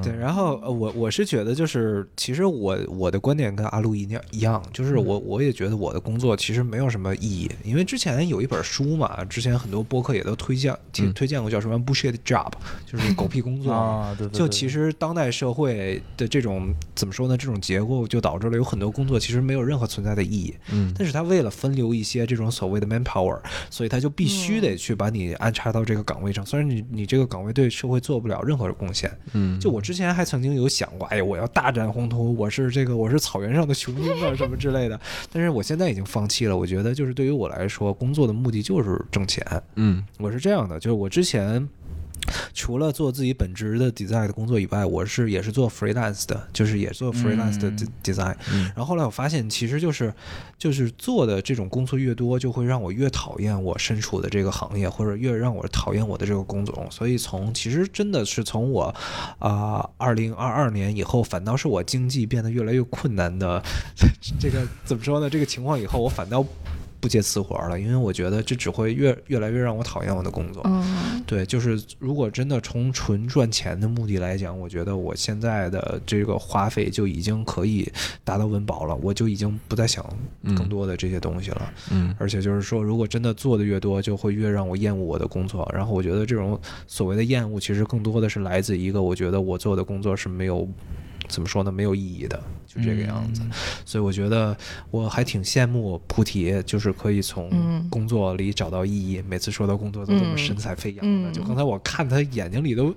Speaker 5: 对，然后呃我我是觉得就是，其实我我的观点跟阿路一样一样，就是我我也觉得我的工作其实没有什么意义，因为之前有一本书嘛，之前很多播客也都推荐推
Speaker 4: 嗯
Speaker 5: 推荐过，叫什么 “bullshit job”，就是狗屁工作。
Speaker 2: 啊，对对，
Speaker 5: 就
Speaker 2: 对
Speaker 5: 其实当代社会的这种怎么说呢？这种结构就导致了有很多工作其实没有任何存在的意义。
Speaker 4: 嗯
Speaker 5: 但是他为了分流一些这种所谓的 manpower，所以他就必须得去把你安插到这个岗位上。虽然你你这个岗位对社会做不了任何的贡献，
Speaker 4: 嗯，
Speaker 5: 就我之前还曾经有想过，哎呀，我要大展宏图，我是这个我是草原上的雄鹰啊什么之类的。但是我现在已经放弃了。我觉得就是对于我来说，工作的目的就是挣钱。
Speaker 4: 嗯
Speaker 5: 我是这样的，就是我之前。除了做自己本职的 design 的工作以外，我是也是做 freelance 的，就是也做 freelance 的
Speaker 2: 嗯
Speaker 5: de- design、
Speaker 4: 嗯
Speaker 5: 然后后来我发现，其实就是就是做的这种工作越多，就会让我越讨厌我身处的这个行业，或者越让我讨厌我的这个工种。所以从其实真的是从我啊二零二二年以后，反倒是我经济变得越来越困难的 这个怎么说呢？这个情况以后，我反倒。不接私活了，因为我觉得这只会越越来越让我讨厌我的工作。
Speaker 3: 嗯，
Speaker 5: 对，就是如果真的从纯赚钱的目的来讲，我觉得我现在的这个花费就已经可以达到温饱了，我就已经不再想
Speaker 3: 嗯
Speaker 5: 更多的这些东西了。
Speaker 4: 嗯
Speaker 5: 而且就是说，如果真的做的越多，就会越让我厌恶我的工作。然后我觉得这种所谓的厌恶，其实更多的是来自一个我觉得我做的工作是没有怎么说呢，没有意义的，就这个样
Speaker 3: 嗯
Speaker 5: 子。所以我觉得我还挺羡慕菩提，就是可以从
Speaker 3: 嗯
Speaker 5: 工作里找到意义。每次说到工作都这么
Speaker 3: 嗯
Speaker 5: 神采飞扬的，
Speaker 3: 嗯
Speaker 5: 就刚才我看他眼睛里都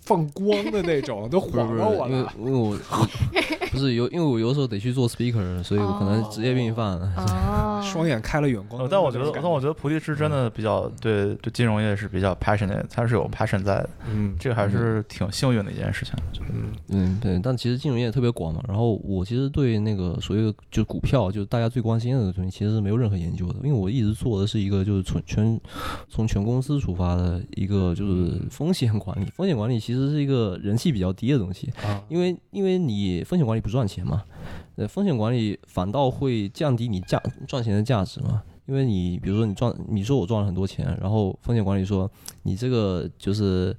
Speaker 5: 放光的 那种，都
Speaker 4: 不是不
Speaker 5: 晃
Speaker 4: 是
Speaker 5: 到我
Speaker 4: 因为
Speaker 5: 了。
Speaker 4: 因为我 不是有，因为我有时候得去做 speaker，所以我可能职业病犯了。
Speaker 3: 哦，
Speaker 5: 双眼开了远光灯的
Speaker 2: 呃但我
Speaker 5: 那
Speaker 2: 觉
Speaker 5: 种
Speaker 2: 得
Speaker 5: 感，，嗯
Speaker 2: 但我觉得菩提是真的比较对对金融业是比较 passionate，他是有 passion 在的，
Speaker 5: 嗯
Speaker 2: 这个还是挺幸运的一件事情。
Speaker 5: 嗯
Speaker 4: 嗯，对，但其实金融业特别广嘛。然后我其实对那个所谓的就股票，就是大家最关心的东西，其实是没有任何研究的，因为我一直做的是一个就是从全从全公司出发的一个就是风险管理。风险管理其实是一个人气比较低的东西，
Speaker 5: 啊
Speaker 4: 因为因为你风险管理不赚钱嘛，呃，风险管理反倒会降低你价赚钱的价值嘛。因为你比如说你赚，你说我赚了很多钱，然后风险管理说你这个就是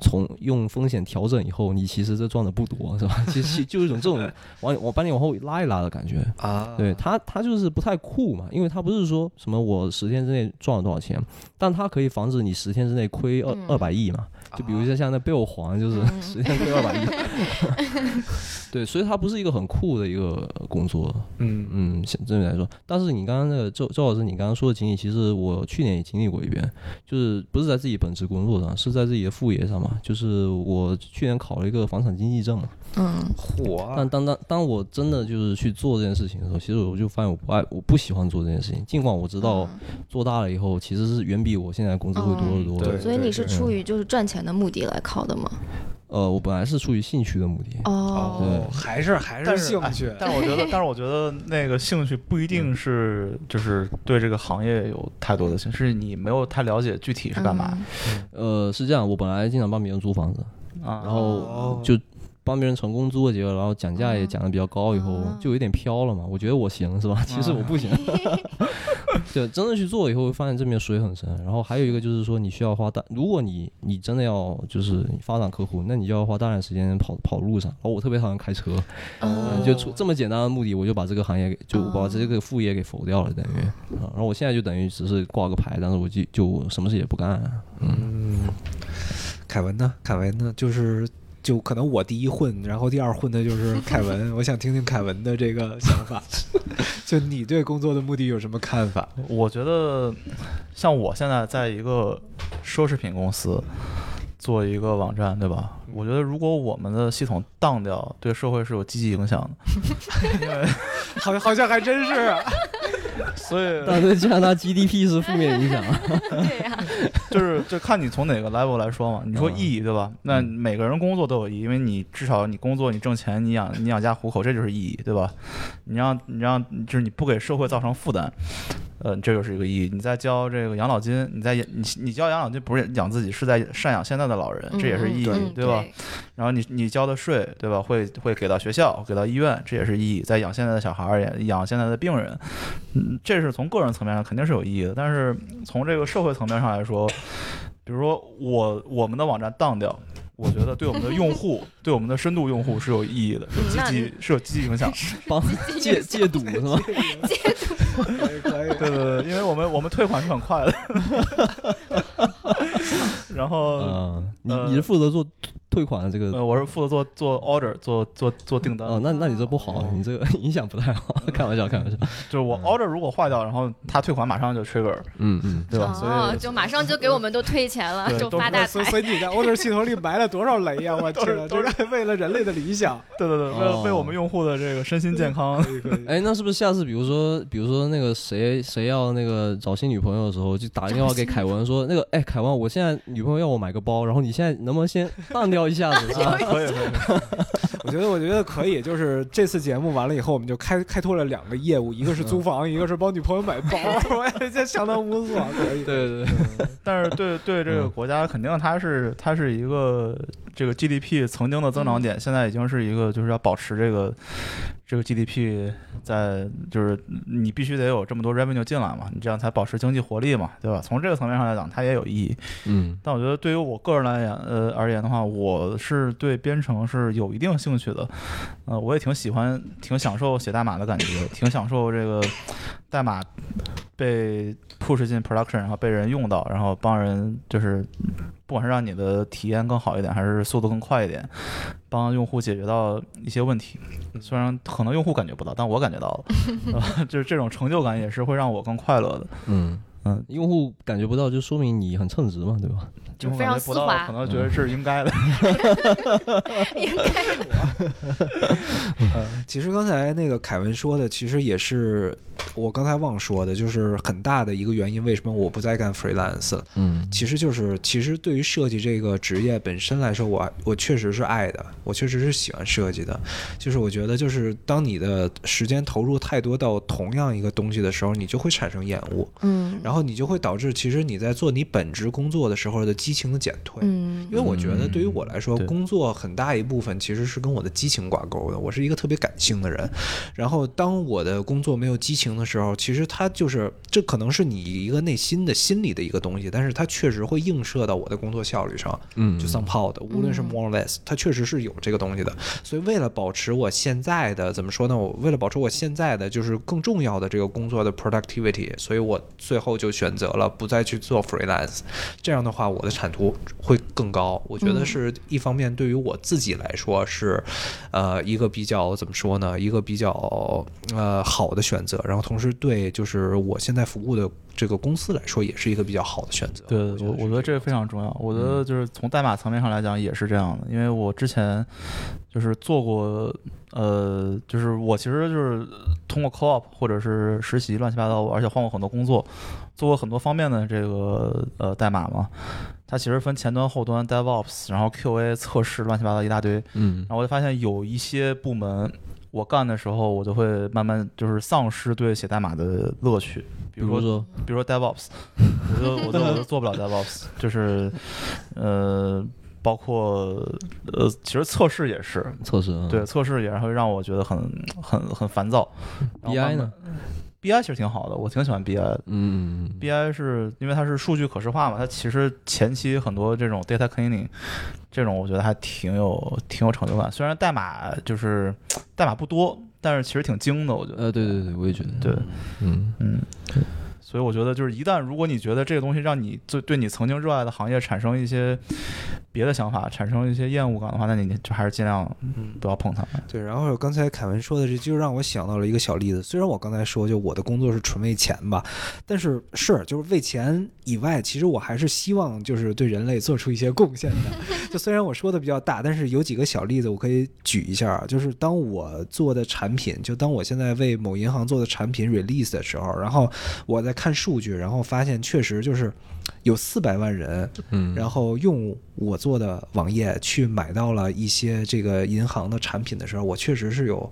Speaker 4: 从用风险调整以后，你其实这赚的不多， 是吧？其实就是一种这种往我把你往后拉一拉的感觉。
Speaker 5: 啊，
Speaker 4: 对他，他就是不太酷嘛，因为他不是说什么我十天之内赚了多少钱，但他可以防止你十天之内亏二
Speaker 3: 嗯
Speaker 4: 二百亿嘛。就比如说像那贝尔黄，就是
Speaker 3: 嗯
Speaker 4: 十天亏二百亿。 对，所以它不是一个很酷的一个工作，
Speaker 5: 嗯
Speaker 4: 嗯，相对来说。但是你刚刚那个周周老师，你刚刚说的经历，其实我去年也经历过一遍，就是不是在自己本职工作上，是在自己的副业上嘛。就是我去年考了一个房产经纪证嘛，
Speaker 3: 嗯，
Speaker 5: 火
Speaker 4: 但当当当我真的就是去做这件事情的时候，其实我就发现我不爱，我不喜欢做这件事情。尽管
Speaker 3: 啊
Speaker 4: 我知道做大了以后，其实是远比我现在工资会多得多
Speaker 5: 嗯对
Speaker 4: 的。
Speaker 3: 所以你是
Speaker 4: 对
Speaker 2: 嗯
Speaker 3: 出于就是赚钱的目的来考的吗？
Speaker 4: 呃，我本来是出于兴趣的目的，
Speaker 3: 哦，
Speaker 5: 哦，还是还
Speaker 2: 但
Speaker 5: 是
Speaker 2: 是
Speaker 5: 兴
Speaker 2: 哎
Speaker 5: 趣。
Speaker 2: 但是我觉得，但是我觉得那个兴趣不一定
Speaker 5: 嗯
Speaker 2: 是就是对这个行业有太多的兴趣，是你没有太了解具体是干嘛
Speaker 3: 嗯
Speaker 4: 呃，是这样，我本来经常帮别人租房子，
Speaker 2: 啊。
Speaker 5: 哦
Speaker 4: 然
Speaker 3: 어. 아,哦
Speaker 4: 后就帮别人成功租了几个，然后讲价也讲的比较高，以后
Speaker 3: 啊
Speaker 4: 就有点飘了嘛。我觉得我行是吧？其实我不行。 对，真正去做以后，会发现这边水很深。然后还有一个就是说，你需要花大，如果你你真的要就是发展客户，那你就要花大量时间跑跑路上。然后我特别讨厌开车，嗯
Speaker 3: 哦
Speaker 4: 就出这么简单的目的，我就把这个行业给就我把这个副业给否掉了，等于。啊然后我现在就等于只是挂个牌，但是我就就什么事也不干。啊
Speaker 5: 凯文呢？凯文呢？就是就可能我第一混，然后第二混的就是凯文。我想听听凯文的这个想法，就你对工作的目的有什么看法？
Speaker 2: 我觉得，像我现在在一个奢侈品公司做一个网站，对吧？我觉得如果我们的系统当掉，对社会是有积极影响的。
Speaker 5: 好，好像还真是。
Speaker 2: 所以
Speaker 4: 但对加拿大 GDP 是负面影响。
Speaker 3: 对呀，
Speaker 2: 就是就看你从哪个 level 来说嘛。你说
Speaker 4: 嗯
Speaker 2: 意义对吧？那每个人工作都有意义，E，因为你至少你工作你挣钱，你养你养家糊口，这就是意义对吧？你让你让就是你不给社会造成负担。呃，这就是一个意义。你在交这个养老金，你在你你交养老金不是养自己，是在赡养现在的老人，这也是意义，
Speaker 3: 嗯嗯
Speaker 2: 对吧？？然后你你交的税，对吧？会会给到学校，给到医院，这也是意义。在养现在的小孩儿，也养现在的病人，嗯，这是从个人层面上肯定是有意义的。但是从这个社会层面上来说，比如说我我们的网站当掉，我觉得对我们的用户，对我们的深度用户是有意义的，是
Speaker 3: 嗯
Speaker 2: 积极是有积极影响的。
Speaker 4: 帮戒戒赌是吗？
Speaker 2: 对对对，因为我们我们退款是很快的。 然后
Speaker 4: 嗯，你
Speaker 2: 呃
Speaker 4: 你是负责做退款的这个
Speaker 2: 呃，我是负责做做 order，做做做订单。
Speaker 4: 哦，那那你这不好，你这个 影响不太好，开玩笑，开玩笑。
Speaker 2: 就是我 order 如果坏掉，然后他退款马上就 trigger，
Speaker 4: 嗯嗯，
Speaker 2: 对吧？所
Speaker 3: 哦，
Speaker 2: 以
Speaker 3: 就马上就给我们都退钱了，
Speaker 2: 对
Speaker 3: 就
Speaker 2: 都
Speaker 3: 发大
Speaker 5: 所以
Speaker 3: 财。
Speaker 5: 所以你在 order 系统里埋了多少雷呀、我去了，这是为了人类的理想。
Speaker 2: 对对对，为了为我们用户的这个身心健康，
Speaker 4: 哎，那是不是下次比如说比如说那个谁谁要那个找新女朋友的时候，就打个电话给凯文说那个 哎凯文，我现在女朋友要我买个包，然后你现在能不能先当掉一下子？ 是吧
Speaker 2: 啊可以可以。
Speaker 5: 我觉得，我觉得可以。就是这次节目完了以后，我们就开开拓了两个业务，一个
Speaker 4: 嗯
Speaker 5: 是租房，一个是帮女朋友买包。 我这相当不错，可以。嗯
Speaker 4: 对对对，
Speaker 2: 但是对对这个国家，肯定它是它是一个这个 GDP 曾经的增长点，现在已经是一个就是要保持这个这个 GDP 在就是你必须得有这么多 revenue 进来嘛，你这样才保持经济活力嘛，对吧？从这个层面上来讲，它也有意义。
Speaker 4: 嗯
Speaker 2: 但我觉得对于我个人来言，呃而言的话，我是对编程是有一定兴趣的，呃，我也挺喜欢、挺享受写代码的感觉，挺享受这个代码被 push 进 production，然后被人用到，然后帮人就是不管是让你的体验更好一点，还是速度更快一点，帮用户解决到一些问题。虽然可能用户感觉不到，但我感觉到了， 呃就是这种成就感也是会让我更快乐的。
Speaker 4: 嗯
Speaker 2: 嗯，
Speaker 4: 用户感觉不到，就说明你很称职嘛，对吧？
Speaker 3: 就
Speaker 2: 用户
Speaker 3: 非常
Speaker 2: 感觉不
Speaker 3: 丝
Speaker 2: 到
Speaker 3: 滑
Speaker 2: 可能觉得是应该的。
Speaker 5: 其实刚才那个凯文说的，其实也是我刚才忘说的，就是很大的一个原因，为什么我不再干 freelance 了。
Speaker 4: 嗯
Speaker 5: 其实就是，其实对于设计这个职业本身来说，我我确实是爱的，我确实是喜欢设计的。就是我觉得，就是当你的时间投入太多到同样一个东西的时候，你就会产生厌恶，
Speaker 3: 嗯
Speaker 5: 然后你就会导致其实你在做你本职工作的时候的激情的减退。
Speaker 3: 嗯
Speaker 5: 因为我觉得对于我来说，
Speaker 2: 对
Speaker 5: 工作很大一部分其实是跟我的激情挂钩的。我是一个特别感性的人，然后当我的工作没有激情的时候，其实它就是这可能是你一个内心的心理的一个东西，但是它确实会映射到我的工作效率上。
Speaker 4: 嗯
Speaker 5: 就 somehow 的，无论是 more or less，它确实是有这个东西的。所以为了保持我现在的怎么说呢？我为了保持我现在的就是更重要的这个工作的 productivity，所以我最后就选择了不再去做 freelance。这样的话，我的产出会更高。我觉得是一方面对于我自己来说是，呃，一个比较怎么说呢？一个比较呃好的选择。然后同时对就是我现在服务的这个公司来说，也是一个比较好的选择。
Speaker 2: 对，我
Speaker 5: 是嗯
Speaker 2: 我觉得这个非常重要。我觉得就是从代码层面上来讲也是这样的，因为我之前就是做过，呃，就是我其实就是通过 co-op 或者是实习乱七八糟，而且换过很多工作，做过很多方面的这个呃代码嘛。它其实分前端、后端、DevOps，然后 QA 测试，乱七八糟一大堆。
Speaker 4: 嗯
Speaker 2: 然后我就发现有一些部门，我干的时候，我就会慢慢就是丧失对写代码的乐趣。
Speaker 4: 比
Speaker 2: 比如
Speaker 4: 如
Speaker 2: 说，
Speaker 4: 说，
Speaker 2: 比 如说 DevOps，我就我就我就做不了 DevOps，就是呃，包括呃，其实测试也是，
Speaker 4: 测试啊，
Speaker 2: 对，测试也会让我觉得很很很烦躁。然后慢
Speaker 4: ，BI
Speaker 2: 慢
Speaker 4: 嗯呢？
Speaker 2: ？BI 其实挺好的，我挺喜欢 BI 的。
Speaker 4: 嗯嗯
Speaker 2: BI 是因为它是数据可视化嘛，它其实前期很多这种 data cleaning，这种我觉得还挺有挺有成就感。虽然代码就是代码不多，但是其实挺精的，我觉得。
Speaker 4: 呃，对对对，我也觉得，
Speaker 2: 对，
Speaker 4: 嗯
Speaker 2: 嗯，所以我觉得就是一旦如果你觉得这个东西让你对对你曾经热爱的行业产生一些别的想法，产生一些厌恶感的话，那你就还是尽量
Speaker 5: 嗯
Speaker 2: 不要碰它。
Speaker 5: 对，然后刚才凯文说的这，就让我想到了一个小例子。虽然我刚才说，就我的工作是纯为钱吧，但是是就是为钱以外，其实我还是希望就是对人类做出一些贡献的。就虽然我说的比较大，但是有几个小例子我可以举一下。啊就是当我做的产品，就当我现在为某银行做的产品 release 的时候，然后我在看数据，然后发现确实就是有四百万人
Speaker 4: 嗯，
Speaker 5: 然后用我做的网页去买到了一些这个银行的产品的时候，我确实是有，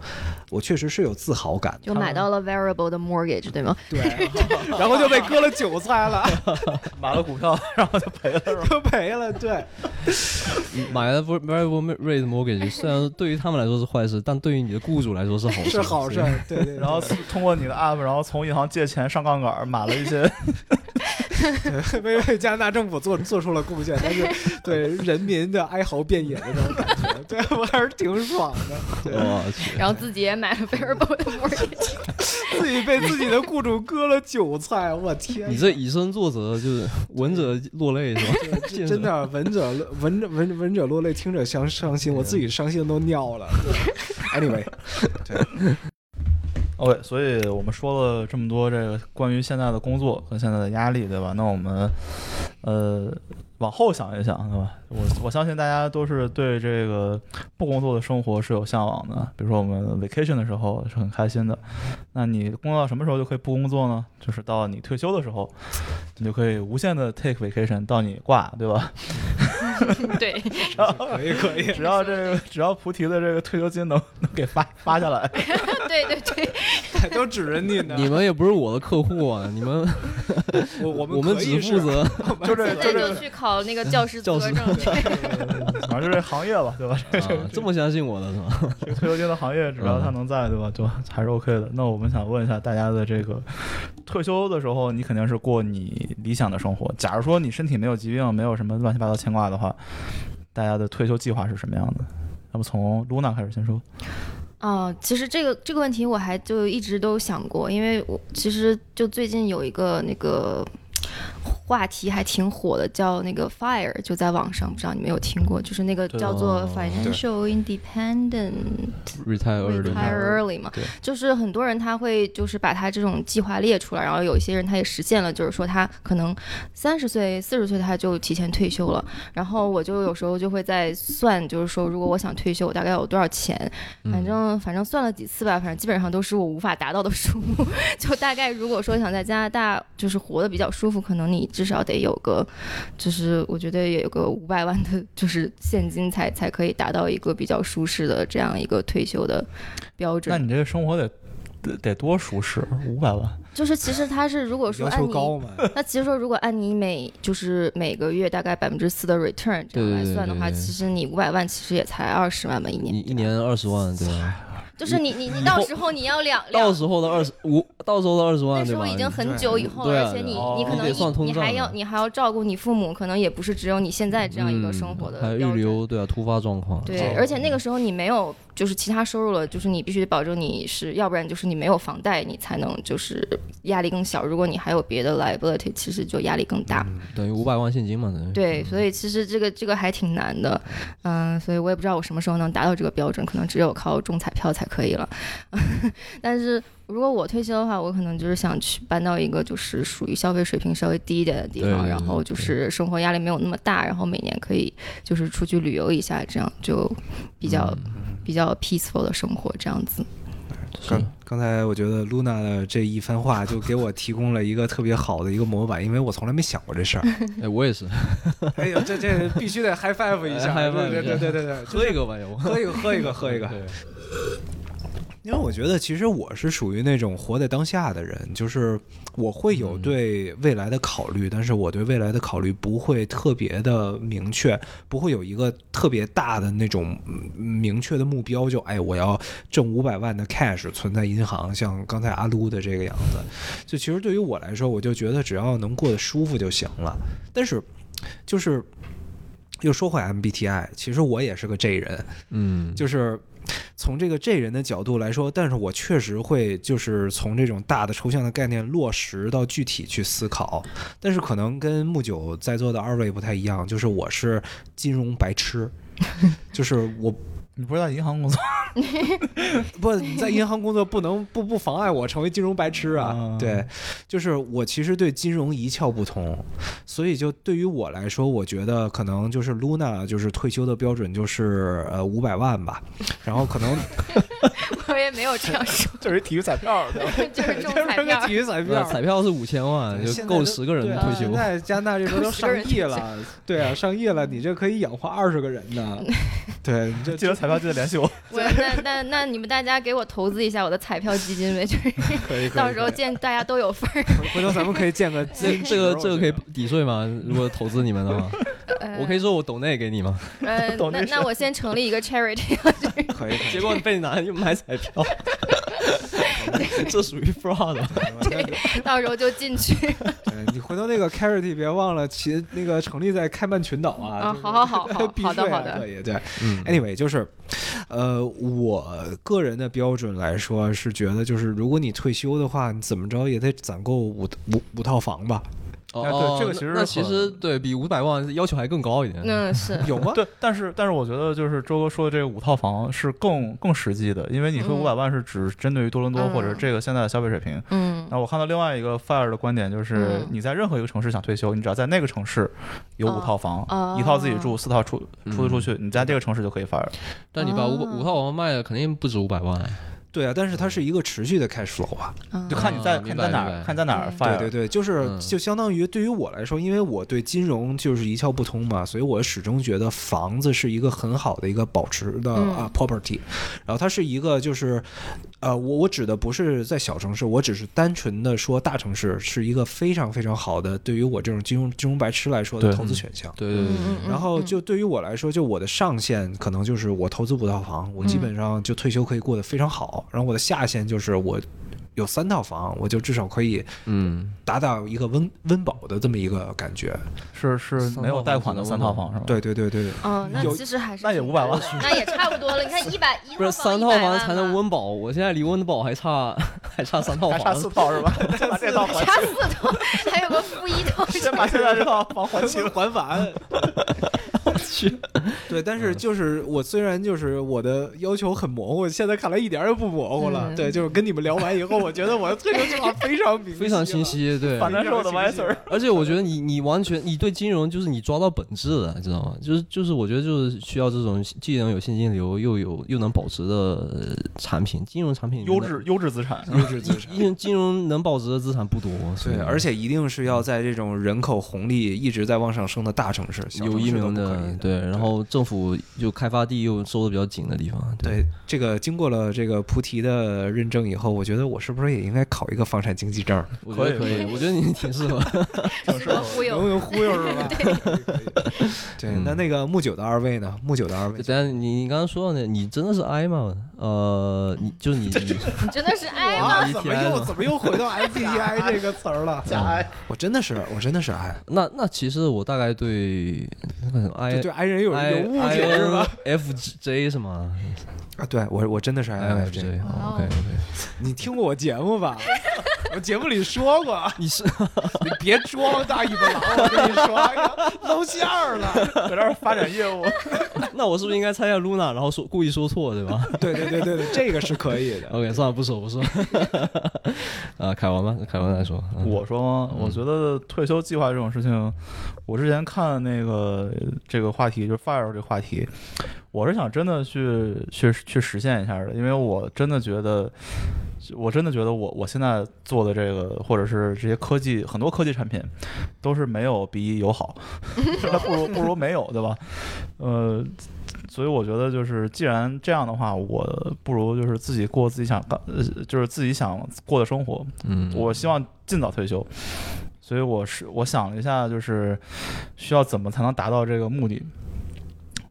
Speaker 5: 我确实是有自豪感。
Speaker 3: 就买到了 variable 的 mortgage，对吗？
Speaker 5: 对，然后就被割了韭菜了，
Speaker 2: 买了股票，然后就赔了。
Speaker 5: 就赔了。对，
Speaker 4: 买了 variable rate mortgage，虽然对于他们来说是坏事，但对于你的雇主来说是好事，
Speaker 5: 是好事
Speaker 4: 所以。。
Speaker 5: 对对对
Speaker 2: 然后通过你的 app，然后从银行借钱上杠杆，买了一些。
Speaker 5: 对为为加拿大政府做做出了贡献，但 是对人民的哀嚎遍野的那种感觉，对我还是挺爽的。
Speaker 4: 我去，
Speaker 3: 然后自己也买了 variable 的 mortgage，
Speaker 5: 自己被自己的雇主割了韭菜，我天！
Speaker 4: 你这以身作则， 就是闻者落泪是吧？ 见者
Speaker 5: 真的，闻者闻者闻闻者落泪，听者伤伤心，我自己伤心都尿了。对 anyway，
Speaker 2: OK，所以我们说了这么多这个关于现在的工作和现在的压力，对吧？那我们呃往后想一想，对吧？我我相信大家都是对这个不工作的生活是有向往的，比如说我们 vacation 的时候是很开心的。那你工作到什么时候就可以不工作呢？就是到你退休的时候，你就可以无限的 take vacation 到你挂，对吧？
Speaker 3: 对，
Speaker 5: 可以可以，
Speaker 2: 只要这个只要菩提的这个退休金能能给发发下来，
Speaker 3: 对对对，
Speaker 5: 都指着你呢。
Speaker 4: 你们也不是我的客户 啊，你们
Speaker 5: 我我们
Speaker 4: 我们
Speaker 5: 可
Speaker 4: 只
Speaker 5: 以
Speaker 4: 负
Speaker 5: 是
Speaker 4: 责
Speaker 2: 就这
Speaker 3: 所
Speaker 2: 就
Speaker 3: 以就
Speaker 2: 这，
Speaker 3: 去考那个教师资格
Speaker 4: 教
Speaker 3: 证。对
Speaker 2: 反正就这行业吧，对吧？
Speaker 4: 啊，这么相信我的是吧？
Speaker 2: 退休金的行业，只要他能在，对吧？就 还是 OK 的。那我们想问一下大家的这个退休的时候，你肯定是过你理想的生活。假如说你身体没有疾病，没有什么乱七八糟牵挂的话，大家的退休计划是什么样的？要不从 Luna 开始先说。
Speaker 3: 哦，其实这个这个问题我还就一直都想过，因为我其实就最近有一个那个话题还挺火的，叫那个 FIRE，就在网上，不知道你们有听过，就是那个
Speaker 2: 对
Speaker 3: 叫做
Speaker 4: 哦
Speaker 3: Financial Independent
Speaker 4: retire
Speaker 3: retire early 嘛
Speaker 2: 对，
Speaker 3: 就是很多人他会就是把他这种计划列出来，然后有一些人他也实现了，就是说他可能三十岁、四十岁他就提前退休了。然后我就有时候就会在算，就是说如果我想退休，我大概有多少钱？反正反正算了几次吧，反正基本上都是我无法达到的数目。 就大概如果说想在加拿大就是活得比较舒服，可能你至少得有个，就是我觉得也有个五百万的，就是现金才才可以达到一个比较舒适的这样一个退休的标准。
Speaker 2: 那你这个生活得得得多舒适，五百万，
Speaker 3: 就是其实它是如果说
Speaker 5: 要
Speaker 3: 按
Speaker 5: 求
Speaker 3: 你，
Speaker 5: 高嘛？
Speaker 3: 那其实说如果按你每就是每个月大概百分之四的 return 这样来算的话，
Speaker 4: 对对对对
Speaker 3: 其实你五百万其实也才二十万吧一
Speaker 4: 你
Speaker 3: 年，
Speaker 4: 一年二十万
Speaker 5: 哎
Speaker 4: 对吧？
Speaker 3: 就是你你你到时候你要两
Speaker 4: 到
Speaker 3: 两。
Speaker 4: 时候的二十五，到时候的二十
Speaker 3: 那
Speaker 4: 万
Speaker 3: 时
Speaker 4: 对
Speaker 3: 候
Speaker 4: 吧？
Speaker 3: 已经很久以后
Speaker 4: 对
Speaker 3: 了，
Speaker 4: 啊
Speaker 3: 而且你
Speaker 4: 对
Speaker 2: 啊
Speaker 3: 你可能一
Speaker 2: 你得
Speaker 4: 算通
Speaker 3: 你
Speaker 4: 胀
Speaker 3: 还
Speaker 4: 的
Speaker 3: 要你还要照顾你父母，可能也不是只有你现在这样一个生活的
Speaker 4: 嗯还
Speaker 3: 标
Speaker 4: 预
Speaker 3: 准
Speaker 4: 留对啊突发状况
Speaker 3: 对，而且那个时候你没有就是其他收入了，就是你必须得保证你是要不然就是你没有房贷，你才能就是压力更小。如果你还有别的 liability，其实就压力更大。
Speaker 4: 等于五百万现金嘛等于
Speaker 3: 对，所以其实这个这个还挺难的，嗯、所以我也不知道我什么时候能达到这个标准，可能只有靠中彩票才可以了。 但是如果我退休的话，我可能就是想去搬到一个就是属于消费水平稍微低一点的地
Speaker 4: 对
Speaker 3: 方，
Speaker 4: 对
Speaker 3: 然后就是生
Speaker 4: 嗯
Speaker 3: 活压力没有那么大，然后每年可以就是出去旅游一下，这样就比较比较 peaceful 的生活这样子。
Speaker 4: 是
Speaker 5: 刚刚才我觉得 Luna 的这一番话就给我提供了一个特别好的一个模板，因为我从来没想过这事儿。
Speaker 4: 哎，我也是，
Speaker 5: 哎呦，这这必须得 high five 一下，
Speaker 4: 哎，high five
Speaker 5: 对
Speaker 4: 一下
Speaker 5: 对对对对 对，
Speaker 4: 喝一个吧，要不？
Speaker 5: 喝一个，喝一个，喝一个。
Speaker 4: 对
Speaker 5: 因为我觉得，其实我是属于那种活在当下的人，就是我会
Speaker 4: 嗯
Speaker 5: 有对未来的考虑，但是我对未来的考虑不会特别的明确，不会有一个特别大的那种嗯明确的目标，就哎，我要挣五百万的 cash 存在银行，像刚才阿撸的这个样子。就其实对于我来说，我就觉得只要能过得舒服就行了。但是，就是又说回 MBTI，其实我也是个 J 人，
Speaker 4: 嗯，
Speaker 5: 就是从这个 J 人的角度来说，但是我确实会就是从这种大的抽象的概念落实到具体去思考，但是可能跟木九在座的二位不太一样，就是我是金融白痴，就是我
Speaker 2: 你不是在银行工作？
Speaker 5: 不你在银行工作不能不不妨碍我成为金融白痴啊
Speaker 2: 啊。
Speaker 5: 对，就是我其实对金融一窍不通，所以就对于我来说，我觉得可能就是 Luna 就是退休的标准就是呃五百万吧，然后可 能
Speaker 3: 我也没有这 样说，
Speaker 2: 就是体育彩票，
Speaker 3: 就是中彩票。
Speaker 5: 体育彩
Speaker 4: 不是啊 彩票是五千万，
Speaker 5: 对
Speaker 4: 就
Speaker 5: 现在
Speaker 4: 够
Speaker 5: 都
Speaker 4: 十个人
Speaker 5: 对啊
Speaker 4: 退休
Speaker 5: 现。在加拿大这边都
Speaker 3: 十个
Speaker 5: 上
Speaker 3: 人
Speaker 5: 亿了，对啊，上亿了，你这可以养活二十个人呢。对，你这
Speaker 2: 记得彩票记得联系我。
Speaker 3: 我那那那你们大家给我投资一下我的彩票基金呗， 就是
Speaker 5: 可以，可以
Speaker 3: 到时候
Speaker 5: 可以
Speaker 3: 见大家都有份儿。
Speaker 5: 回头咱们可以建个
Speaker 4: 这
Speaker 5: 金
Speaker 4: 这个
Speaker 5: 池
Speaker 4: 这个可以抵税吗？如果投资你们的话，我可以说我抖内给你吗？
Speaker 3: 呃，
Speaker 2: 懂
Speaker 3: 那
Speaker 2: 这事
Speaker 3: 那我先成立一个 charity，
Speaker 5: 我觉得可以，可以
Speaker 4: 结果被拿去买彩票，这属于 fraud。
Speaker 3: 到时候就进去。
Speaker 5: 对呃你回头那个 Carity 别忘了，其那个成立在开曼群岛啊。
Speaker 3: 啊，
Speaker 5: 就是
Speaker 3: 好 好好好
Speaker 5: 避
Speaker 3: 好
Speaker 5: 税
Speaker 3: 的
Speaker 5: 啊
Speaker 3: 好的
Speaker 5: 可。以对。
Speaker 4: 嗯，
Speaker 5: Anyway，就是，呃，我个人的标准来说是觉得，就是如果你退休的话，你怎么着也得攒够五五五套房吧？
Speaker 4: 哦
Speaker 2: 哎对
Speaker 4: 哦
Speaker 2: 这个其
Speaker 4: 那
Speaker 2: 实
Speaker 4: 那其
Speaker 2: 很
Speaker 4: 实对比五百万要求还更高一点。
Speaker 3: 嗯，是
Speaker 5: 有吗？
Speaker 2: 对，但是但是我觉得就是周哥说的这个五套房是更更实际的，因为你说
Speaker 3: 嗯
Speaker 2: 五百万是只针对于多伦多
Speaker 3: 嗯
Speaker 2: 或者这个现在的消费水平。
Speaker 3: 嗯
Speaker 2: 那我看到另外一个 Fire 的观点就是
Speaker 3: 嗯，
Speaker 2: 你在任何一个城市想退休，你只要在那个城市有五
Speaker 3: 哦
Speaker 2: 套房，
Speaker 3: 哦
Speaker 2: 一套自己住，四套出
Speaker 4: 嗯
Speaker 2: 出租出去，你在这个城市就可以 Fire 了。
Speaker 4: 但你把五
Speaker 3: 啊
Speaker 4: 五套房卖了，肯定不止五百万。
Speaker 5: 对啊，但是它是一个持续的 cash flow 啊。
Speaker 3: 嗯
Speaker 2: 就看你在
Speaker 4: 啊
Speaker 2: 看
Speaker 4: 明
Speaker 2: 你
Speaker 4: 白
Speaker 2: 在哪
Speaker 4: 明
Speaker 2: 儿，
Speaker 4: 白
Speaker 2: 看你在哪儿
Speaker 3: 嗯
Speaker 2: Fire。
Speaker 5: 对对对，就是
Speaker 4: 嗯
Speaker 5: 就相当于对于我来说，因为我对金融就是一窍不通嘛，所以我始终觉得房子是一个很好的一个保值的
Speaker 3: 嗯
Speaker 5: 啊 property，然后它是一个就是。呃，我我指的不是在小城市，我只是单纯的说大城市是一个非常非常好的对于我这种金融金融白痴来说的
Speaker 2: 对
Speaker 5: 投资选项。
Speaker 4: 对对对
Speaker 3: 嗯
Speaker 4: 对
Speaker 3: 嗯嗯
Speaker 5: 然后就对于我来说，就我的上限可能就是我投资五套房，我
Speaker 3: 嗯
Speaker 5: 基本上就退休可以过得非常好。然后我的下限就是我有三套房，我就至少可以
Speaker 4: 嗯，
Speaker 5: 达到一个温温饱的这么一个感觉。
Speaker 2: 是是
Speaker 4: 三
Speaker 2: 没
Speaker 4: 套
Speaker 2: 有
Speaker 4: 房
Speaker 2: 贷
Speaker 4: 只
Speaker 2: 款的
Speaker 4: 能
Speaker 2: 三
Speaker 4: 弄
Speaker 2: 套房是吧？
Speaker 5: 对对对对，
Speaker 3: 哦，那
Speaker 5: 有
Speaker 3: 其实还是
Speaker 2: 那也
Speaker 3: 挺
Speaker 2: 500万
Speaker 3: 多的，那也差不多了。你看一百一
Speaker 4: 不是三套房才能温饱，我现在离温饱还差 还差三套
Speaker 2: 还差
Speaker 4: 房
Speaker 2: 四。套 是吧？先把这套还，
Speaker 3: 差四套，还有个负一套。
Speaker 2: 先把现在这套房还清。
Speaker 5: 还完。对，但是就是我虽然就是我的要求很模糊，现在看来一点儿也不模糊了。
Speaker 3: 嗯
Speaker 5: 对，就是跟你们聊完以后，我觉得我的退休计划非常明晰了，
Speaker 4: 非常清晰，对，
Speaker 2: 反正是我的 y s e r
Speaker 4: 而且我觉得你你完全你对金融就是你抓到本质了，知道吗？就是就是我觉得就是需要这种既能有现金流又有又能保值的呃产品，金融产品里面
Speaker 2: 优
Speaker 4: 的
Speaker 2: 质优质资产。
Speaker 5: 优质资产。
Speaker 4: 因为金融能保值的资产不多，所以
Speaker 5: 对，而且一定是要在这种人口红利一直在往上升的大城市，小
Speaker 4: 有
Speaker 5: 城
Speaker 4: 一
Speaker 5: 市都
Speaker 4: 名
Speaker 5: 不可
Speaker 4: 的
Speaker 5: 以。
Speaker 4: 对，然后政府就开发地又收的比较紧的地方，对，
Speaker 5: 对这个经过了这个菩提的认证以后，我觉得我是不是也应该考一个房产经纪证？
Speaker 4: 我觉得
Speaker 2: 可
Speaker 4: 可
Speaker 2: 以
Speaker 4: 以，我觉得你 挺适合。
Speaker 3: 适合忽 悠。
Speaker 5: 能嗯忽悠是吧？ 对，
Speaker 4: 嗯
Speaker 5: 那那个木九的二位呢？木九的二位，
Speaker 4: 但你你刚刚说到那，你真的是 I 吗？呃，你就是你 你
Speaker 3: 你真的是哎呀，
Speaker 5: 哇
Speaker 4: 你
Speaker 5: 啊怎
Speaker 4: 挺
Speaker 5: 么
Speaker 4: 爱
Speaker 5: 又
Speaker 4: 的
Speaker 5: 怎么又回到 MBTI 这个词儿 了？嗯我真的是，我真的是 I，
Speaker 4: 那那其实我大概对那个
Speaker 5: 就
Speaker 4: I
Speaker 5: 对 I 人有
Speaker 4: I
Speaker 5: 有误解是吧？
Speaker 4: 哎？F J 是吗哎
Speaker 5: 啊，对我我真的是
Speaker 4: ？F
Speaker 5: INFJ，
Speaker 4: J 啊哦 OK OK，
Speaker 5: 你听过我节 目吧？我节目里说过，
Speaker 4: 你 是
Speaker 5: 你别装大尾巴狼，我跟你说，哎呀露馅儿了。
Speaker 2: 在这儿发展业务，
Speaker 4: 那我是不是应该猜一下 Luna，然后说故意说错对吧
Speaker 5: 对对对对对，这个是可以的。
Speaker 4: ？OK，算了，不说不 说。啊，凯文吧，凯文来说，嗯
Speaker 2: 我说吗？我觉得退休计划这种事情，我之前看那个这个话题，就是 fire 这个话题，我是想真的去去去实现一下的，因为我真的觉得，我真的觉得我我现在做的这个，或者是这些科技很多科技产品，都是没有比 有好，那不如不如没有，对吧？呃，所以我觉得就是，既然这样的话，我不如就是自己过自己想干，呃，就是自己想过的生活。
Speaker 4: 嗯，
Speaker 2: 我希望尽早退休，所以我是我想了一下，就是需要怎么才能达到这个目的。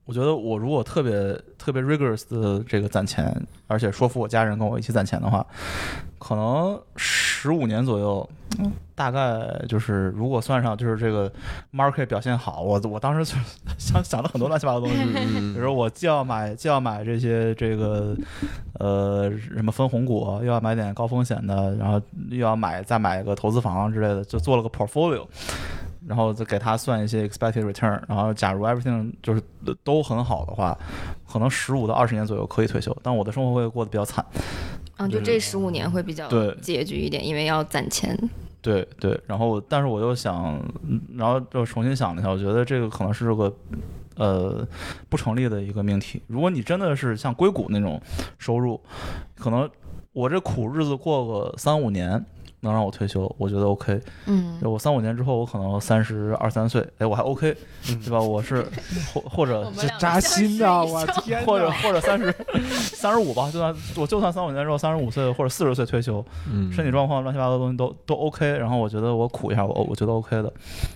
Speaker 2: 我觉得我如果特别特别 rigorous 的这个攒钱，而且说服我家人跟我一起攒钱的话，可能十五年左右，大概就是如果算上就是这个 market 表现好，我我当时就想想了很多乱七八糟的东西，
Speaker 4: 嗯
Speaker 2: 比如说我既要买既要买这些这个呃什么分红股，又要买点高风险的，然后又要买再买个投资房之类的，就做了个 portfolio，然后再给他算一些 expected return，然后假如 everything 就是都很好的话，可能十五到二十年左右可以退休，但我的生活会过得比较惨。
Speaker 3: 啊，就这十五年会比较
Speaker 2: 对
Speaker 3: 拮据一点，因为要攒钱。
Speaker 2: 对对，然后但是我又想，嗯然后又重新想了一下，我觉得这个可能是个呃不成立的一个命题。如果你真的是像硅谷那种收入，可能我这苦日子过个三五年。能让我退休，我觉得 OK。
Speaker 3: 嗯，
Speaker 2: 我三五年之后，我可能三十二三岁，哎，我还 OK，对吧？我是或或者
Speaker 5: 这扎心的，我天哪！
Speaker 2: 或者或者三十三十五吧，就算我就算三五年之后三十五岁或者四十岁退休，
Speaker 4: 嗯
Speaker 2: 身体状况乱七八糟的东西都都 OK，然后我觉得我苦一下，我我觉得 OK 的，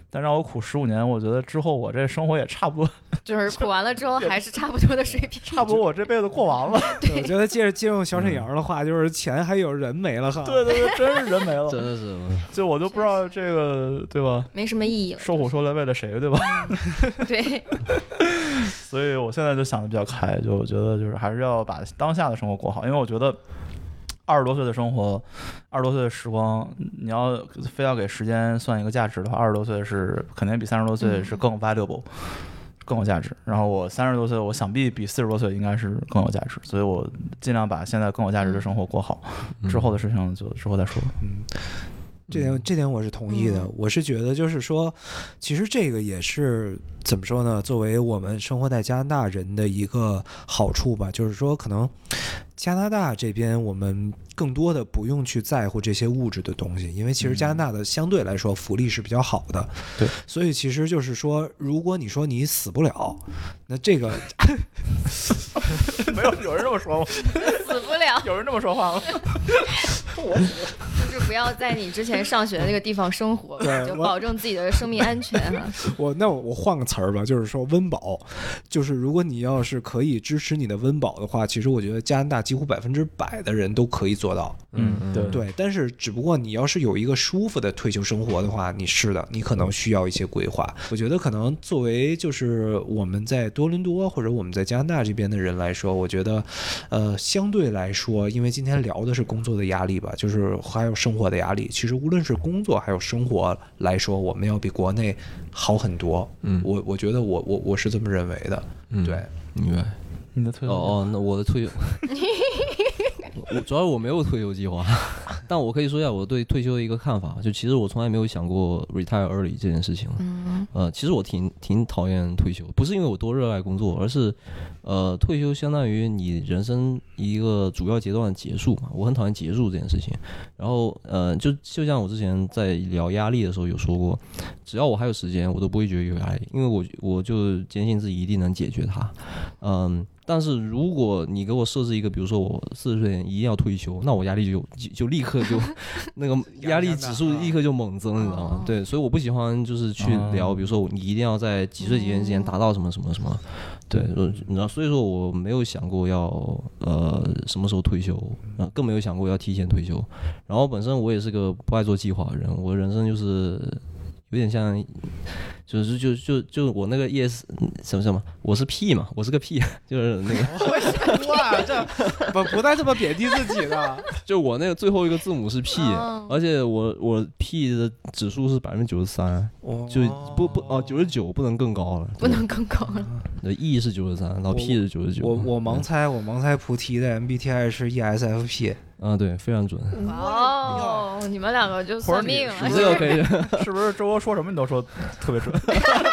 Speaker 2: 但让我苦十五年，我觉得之后我这生活也差不多，
Speaker 3: 就是苦完了之后还是差不多的水平。
Speaker 2: 差不多我这辈子过完了，
Speaker 5: 我觉得接着借用小沈阳的话，就是钱还有人没了哈。
Speaker 2: 对对 对，真是人没了，
Speaker 4: 真的是
Speaker 2: 就我就不知道这个对吧？
Speaker 3: 没什么意义了。
Speaker 2: 受苦受累为了谁，对吧？
Speaker 3: 对，
Speaker 2: 所以我现在就想的比较开，就我觉得就是还是要把当下的生活过好，因为我觉得二十多岁的生活，二十多岁的时光，你要非要给时间算一个价值的话，二十多岁是肯定比三十多岁是更 valuable。更有价值。然后我三十多岁，我想必比四十多岁应该是更有价值，所以我尽量把现在更有价值的生活过好，
Speaker 4: 嗯
Speaker 2: 之后的事情就之后再说。
Speaker 5: 这点这点我是同意的。
Speaker 3: 嗯
Speaker 5: 我是觉得就是说，其实这个也是怎么说呢？作为我们生活在加拿大人的一个好处吧，就是说可能加拿大这边我们更多的不用去在乎这些物质的东西，因为其实加拿大的相对来说福利是比较好的。
Speaker 2: 对，
Speaker 5: 所以其实就是说，如果你说你死不了，那这个
Speaker 2: 没有有人这么说吗？
Speaker 3: 死不了，
Speaker 2: 有人这么说话吗？
Speaker 3: 就是不要在你之前上学的那个地方生活，
Speaker 5: 对
Speaker 3: 就
Speaker 5: 我
Speaker 3: 保证自己的生命安全 啊哈。
Speaker 5: 我那我我换个词儿吧，就是说温饱，就是如果你要是可以支持你的温饱的话，其实我觉得加拿大几乎百分之百的人都可以做到。
Speaker 2: 嗯，对
Speaker 5: 对，但是只不过你要是有一个舒服的退休生活的话，你是的，你可能需要一些规划。我觉得可能作为就是我们在多伦多或者我们在加拿大这边的人来说，我觉得，呃，相对来说，因为今天聊的是工作的压力吧，就是还有生活的压力。其实无论是工作还有生活来说，我们要比国内好很多。
Speaker 4: 嗯
Speaker 5: 我我觉得我我我是这么认为的。
Speaker 4: 嗯
Speaker 5: 对，
Speaker 4: 明白。
Speaker 2: 你的退
Speaker 4: 哦
Speaker 2: 休
Speaker 4: 哦，那我的退休，我主要是我没有退休计划，但我可以说一下我对退休的一个看法。就其实我从来没有想过 retire early 这件事情。
Speaker 3: 嗯
Speaker 4: 呃，其实我挺挺讨厌退休，不是因为我多热爱工作，而是，呃，退休相当于你人生一个主要阶段的结束嘛。我很讨厌结束这件事情。然后，呃，就就像我之前在聊压力的时候有说过，只要我还有时间，我都不会觉得有压力，因为我我就坚信自己一定能解决它。嗯，但是如果你给我设置一个，比如说我四十岁一定要退休，那我压力就有就就立刻就 那个压力指数立刻就猛增，你知道吗
Speaker 3: 哦？
Speaker 4: 对，所以我不喜欢就是去聊，比如说你一定要在几岁几年之
Speaker 3: 哦
Speaker 4: 前达到什么什么什么，对，我你知道，所以说我没有想过要呃什么时候退休，呃，更没有想过要提前退休。然后本身我也是个不爱做计划的人，我人生就是有点像，就是就就就我那个 ES 什么什么，我是 P 嘛，我是个 P，就是 那 个
Speaker 5: 哇，这不不带这么贬低自己 的。
Speaker 4: 就我那个最后一个字母是 P，而
Speaker 3: 哦
Speaker 4: 且我我 P 的指数是百分之九十三，就不不哦九十九不能更高了，
Speaker 3: 不能更高了。
Speaker 4: 那 E 是九十三，然后 P 是九十九，
Speaker 5: 我我
Speaker 4: 嗯
Speaker 5: 盲猜，我盲猜菩提的 MBTI 是 E ESFP。
Speaker 4: 啊对，非常准，
Speaker 3: 哇哦，你们两个就算 命
Speaker 2: 或者
Speaker 4: 你
Speaker 3: 了，
Speaker 4: 这个可以。
Speaker 2: 是不是周哥说什么你都说特别准？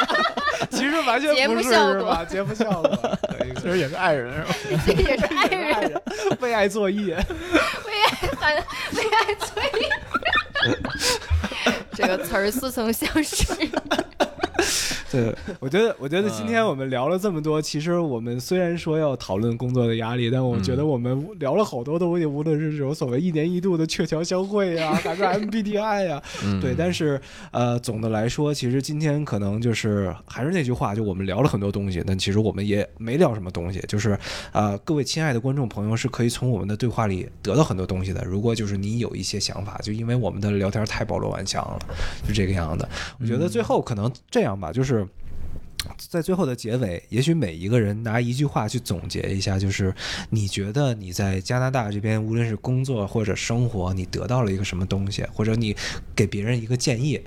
Speaker 5: 其实完全
Speaker 3: 节
Speaker 5: 不
Speaker 3: 目
Speaker 5: 是，
Speaker 3: 效
Speaker 5: 是
Speaker 3: 果
Speaker 5: 吧？节目效果。对
Speaker 2: 其实也是爱人，是吧？
Speaker 3: 这也是爱人
Speaker 5: 爱人为爱作义，
Speaker 3: 为爱反为爱所以 这个词儿似曾相识。！
Speaker 5: 对，我觉得，我觉得今天我们聊了这么多，其实我们虽然说要讨论工作的压力，但我觉得我们聊了好多东西，无论是这种所谓一年一度的鹊桥相会呀、 还是 MBTI 呀、对。但是呃，总的来说，其实今天可能就是还是那句话，就我们聊了很多东西，但其实我们也没聊什么东西。就是呃，各位亲爱的观众朋友是可以从我们的对话里得到很多东西的。如果就是你有一些想法，就因为我们的聊天太包罗万象了，就这个样子。我觉得最后可能这样吧，就是。在最后的结尾，也许每一个人拿一句话去总结一下，就是你觉得你在加拿大这边，无论是工作或者生活，你得到了一个什么东西，或者你给别人一个建议，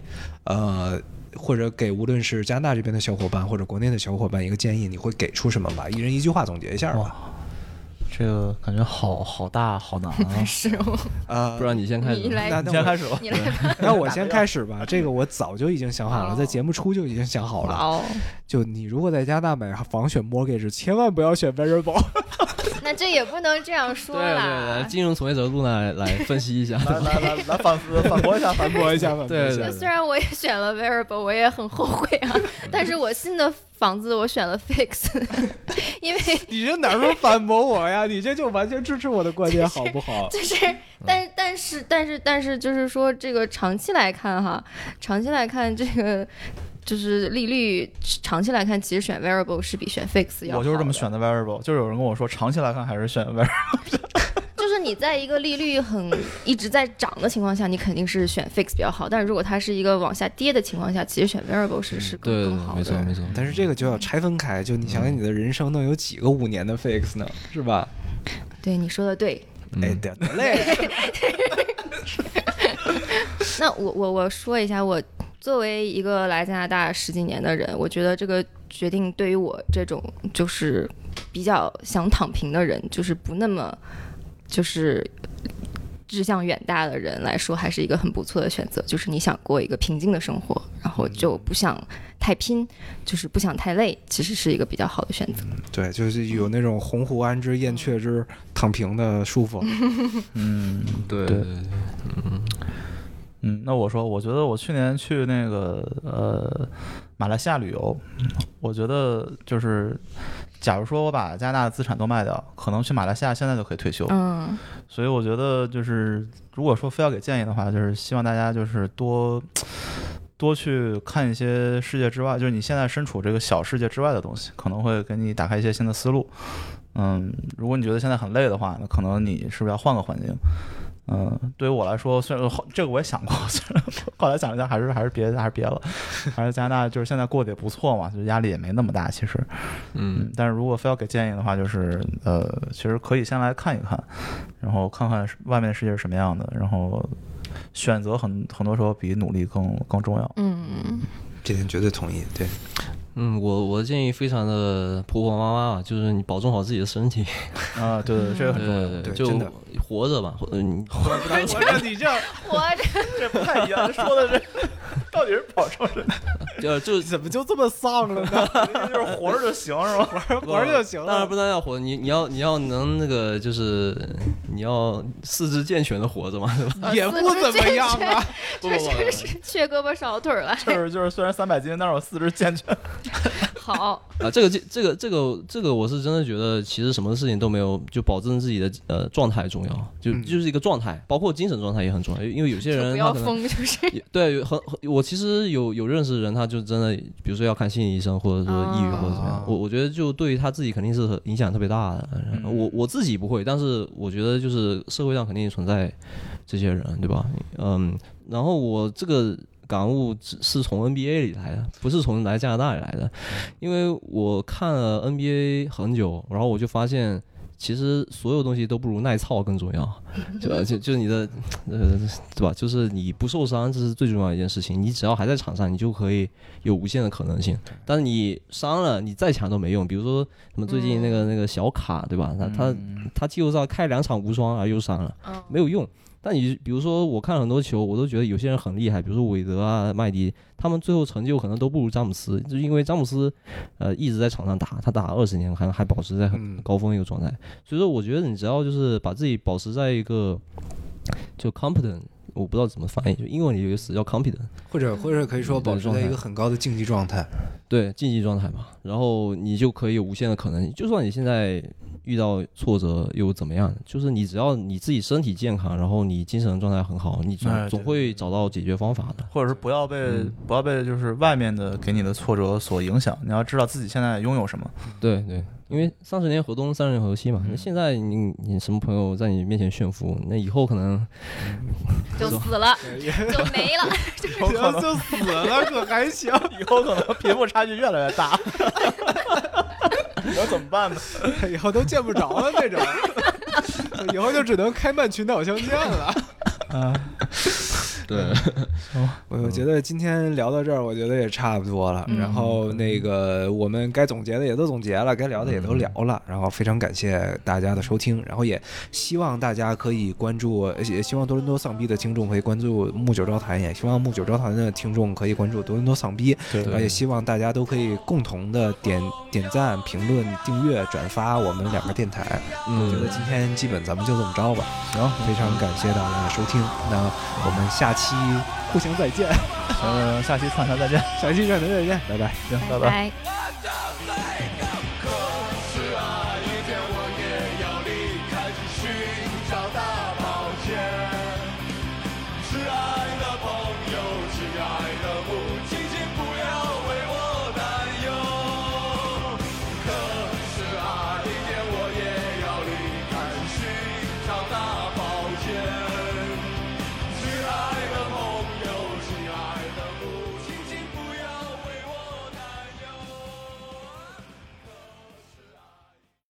Speaker 5: 呃，或者给无论是加拿大这边的小伙伴或者国内的小伙伴一个建议，你会给出什么吧？一人一句话总结一下吧。
Speaker 2: 这个感觉好好大，好难啊
Speaker 3: 是我，
Speaker 5: 呃
Speaker 4: 不，然你先开始
Speaker 3: 你
Speaker 4: 吧。
Speaker 3: 来
Speaker 5: 那，那
Speaker 2: 先
Speaker 5: 我
Speaker 2: 开始吧。
Speaker 3: 你来吧。
Speaker 5: 那我先开始吧。这个我早就已经想好了，在节目初就已经想好了。
Speaker 3: 哦，
Speaker 5: 就你如果在加拿大买房选 mortgage，千万不要选 variable。
Speaker 3: 那这也不能这样说
Speaker 4: 对对
Speaker 3: 啦
Speaker 4: 对，。金融从业者录呢来分析一 下。
Speaker 2: 来来来来反反驳一下，反
Speaker 5: 反驳一下，反驳一
Speaker 4: 对
Speaker 5: 下。
Speaker 4: 对
Speaker 3: 呃虽然 我也选了 variable，我也很后悔啊，但是我新的房子我选了 fix，因为
Speaker 5: 你这哪能反驳我呀？你这就完全支持我的观点，好不好？
Speaker 3: 就是，
Speaker 2: 嗯
Speaker 3: 但但是但是但是，就是说这个长期来看哈，长期来看这个就是利率，长期来看其实选 variable 是 比选 fix 要
Speaker 2: 我就是这
Speaker 3: 好的
Speaker 2: 么选的 variable，就是有人跟我说，长期来看还是选 variable。
Speaker 3: 就是你在一个利率很一直在涨的情况下，你肯定是选 fix 比较好，但是如果它是一个往下跌的情况下，其实选 variable 是
Speaker 2: 嗯
Speaker 3: 是更
Speaker 4: 对对
Speaker 3: 更
Speaker 4: 对，
Speaker 3: 好
Speaker 4: 没错
Speaker 3: 的。
Speaker 4: 没错。嗯
Speaker 5: 但是这个就要拆分开，就你想想你的人生能有几个五年的 fix 呢？是吧？
Speaker 3: 对，你说的对。
Speaker 4: 嗯
Speaker 5: 哎，得得嘞，
Speaker 3: 那我我我说一下，我作为一个来加拿大十几年的人，我觉得这个决定对于我这种就是比较想躺平的人，就是不那么就是。志向远大的人来说，还是一个很不错的选择。就是你想过一个平静的生活，然后就不想太拼，就是不想太累，其实是一个比较好的选择。
Speaker 5: 对，就是有那种鸿鹄安知燕雀之躺平的舒 服。
Speaker 2: 嗯
Speaker 4: 对
Speaker 2: 对
Speaker 4: 对对，
Speaker 2: 嗯，那我说，我觉得我去年去那个呃马来西亚旅游，我觉得就是，假如说我把加拿大的资产都卖掉，可能去马来西亚现在就可以退休。
Speaker 3: 嗯，
Speaker 2: 所以我觉得就是，如果说非要给建议的话，就是希望大家就是多多去看一些世界之外，就是你现在身处这个小世界之外的东西，可能会给你打开一些新的思路。嗯，如果你觉得现在很累的话，那可能你是不是要换个环境？嗯，对于我来说，虽然后这个我也想过， 虽然后来想了想，还是还是别还是别了，还是加拿大就是现在过得也不错嘛，就压力也没那么大，其实。
Speaker 4: 嗯
Speaker 2: 嗯，但是如果非要给建议的话，就是呃，其实可以先来看一看，然后看看是外面的世界是什么样的，然后选择很很多时候比努力更更重要。
Speaker 3: 嗯，
Speaker 5: 这点绝对同意。对，
Speaker 4: 嗯，我我的建议非常的婆婆妈妈啊，就是你保重好自己的身体，
Speaker 2: 啊，对对，这个很重要。
Speaker 4: 对
Speaker 5: 对
Speaker 4: 就
Speaker 5: 真的
Speaker 4: 活着吧，或者你
Speaker 3: 我
Speaker 2: 这不太一样，说的是到底是保证 是
Speaker 4: 就就
Speaker 5: 怎么就这么丧了呢？
Speaker 2: 就是活着就行是 吧？
Speaker 5: 玩儿就行
Speaker 4: 当然
Speaker 5: 了
Speaker 4: 不。单要活，你你要你要能那个，就是你要四肢健全的活着嘛，对吧？
Speaker 5: 也不怎么样啊，
Speaker 4: 不不
Speaker 3: 确
Speaker 4: 不
Speaker 3: 实缺胳膊少腿儿了。
Speaker 2: 就是就是，虽然三百斤，但是我四肢健全。
Speaker 3: 好，
Speaker 4: 啊，这个这这个这个这个，我是真的觉得，其实什么事情都没有，就保证自己的呃状态重要，就就是一个状态，包括精神状态也很重要，因为因为有些
Speaker 3: 嗯就
Speaker 4: 人
Speaker 3: 不
Speaker 4: 他
Speaker 3: 要
Speaker 4: 可能
Speaker 3: 疯，就是
Speaker 4: 也对，有很很我其实有有认识的人，他就真的，比如说要看心理医生，或者说抑郁或者怎么样
Speaker 5: 哦，
Speaker 4: 我我觉得就对于他自己肯定是很影响特别大的。然后我我自己不会，但是我觉得就是社会上肯定存在这些人，对吧？嗯，然后我这个感悟只是从 NBA 里来的，不是从来加拿大里来的，因为我看了 NBA 很久，然后我就发现。其实所有东西都不如耐操更重要，就就就是你的呃，对吧？就是你不受伤，这是最重要的一件事情。你只要还在场上，你就可以有无限的可能性。但是你伤了，你再强都没用。比如说什么最近
Speaker 3: 嗯
Speaker 4: 那个、那个小卡，对吧？他他他季后赛开两场无双而又伤了，没有用。但你比如说，我看很多球，我都觉得有些人很厉害，比如说韦德啊、麦迪，他们最后成就可能都不如詹姆斯，就是因为詹姆斯，呃，一直在场上打，他打二十年还还保持在很
Speaker 5: 嗯
Speaker 4: 高峰一个状态。所以说，我觉得你只要就是把自己保持在一个就 competent，我不知道怎么翻译，就英文里有一个词叫 competent，
Speaker 5: 或者或者可以说保持在一个很高的竞技嗯状态。
Speaker 4: 对竞技状态嘛，然后你就可以有无限的可能。就算你现在遇到挫折又怎么样？就是你只要你自己身体健康，然后你精神状态很好，你总、
Speaker 2: 哎对
Speaker 4: 总会找到解决方法的。
Speaker 2: 或者是不要被、不要被就是外面的给你的挫折所影响，你要知道自己现在拥有什么。
Speaker 4: 对对，因为三十年河东，三十年河西嘛。
Speaker 2: 嗯
Speaker 4: 那、现在你你什么朋友在你面前炫富，那以后可能
Speaker 3: 就死了，就没了。
Speaker 2: 有可能
Speaker 5: 就哎死了，可还行？
Speaker 2: 以后可能贫富差距越来越大， 你要怎么办呢？
Speaker 5: 以后都见不着了那种， 以后就只能开曼群岛相见了。
Speaker 4: 对，
Speaker 5: 我觉得今天聊到这儿，我觉得也差不多了。然后那个我们该总结的也都总结了，该聊的也都聊了。然后非常感谢大家的收听，然后也希望大家可以关注，呃也希望多伦多丧逼的听众可以关注木九招谈，也希望木九招谈的听众可以关注多伦多丧逼。
Speaker 2: 对
Speaker 5: 然后也希望大家都可以共同的点点赞、评论、订阅、转发我们两个电台。我觉得
Speaker 4: 嗯，
Speaker 5: 今天基本咱们就这么着吧。行，非常感谢大家的收听，那我们下期互相再见，
Speaker 2: 行，下期串台再见，
Speaker 5: 下期再见，再见，拜拜。
Speaker 2: 行，拜拜。
Speaker 3: 拜。
Speaker 7: I don't say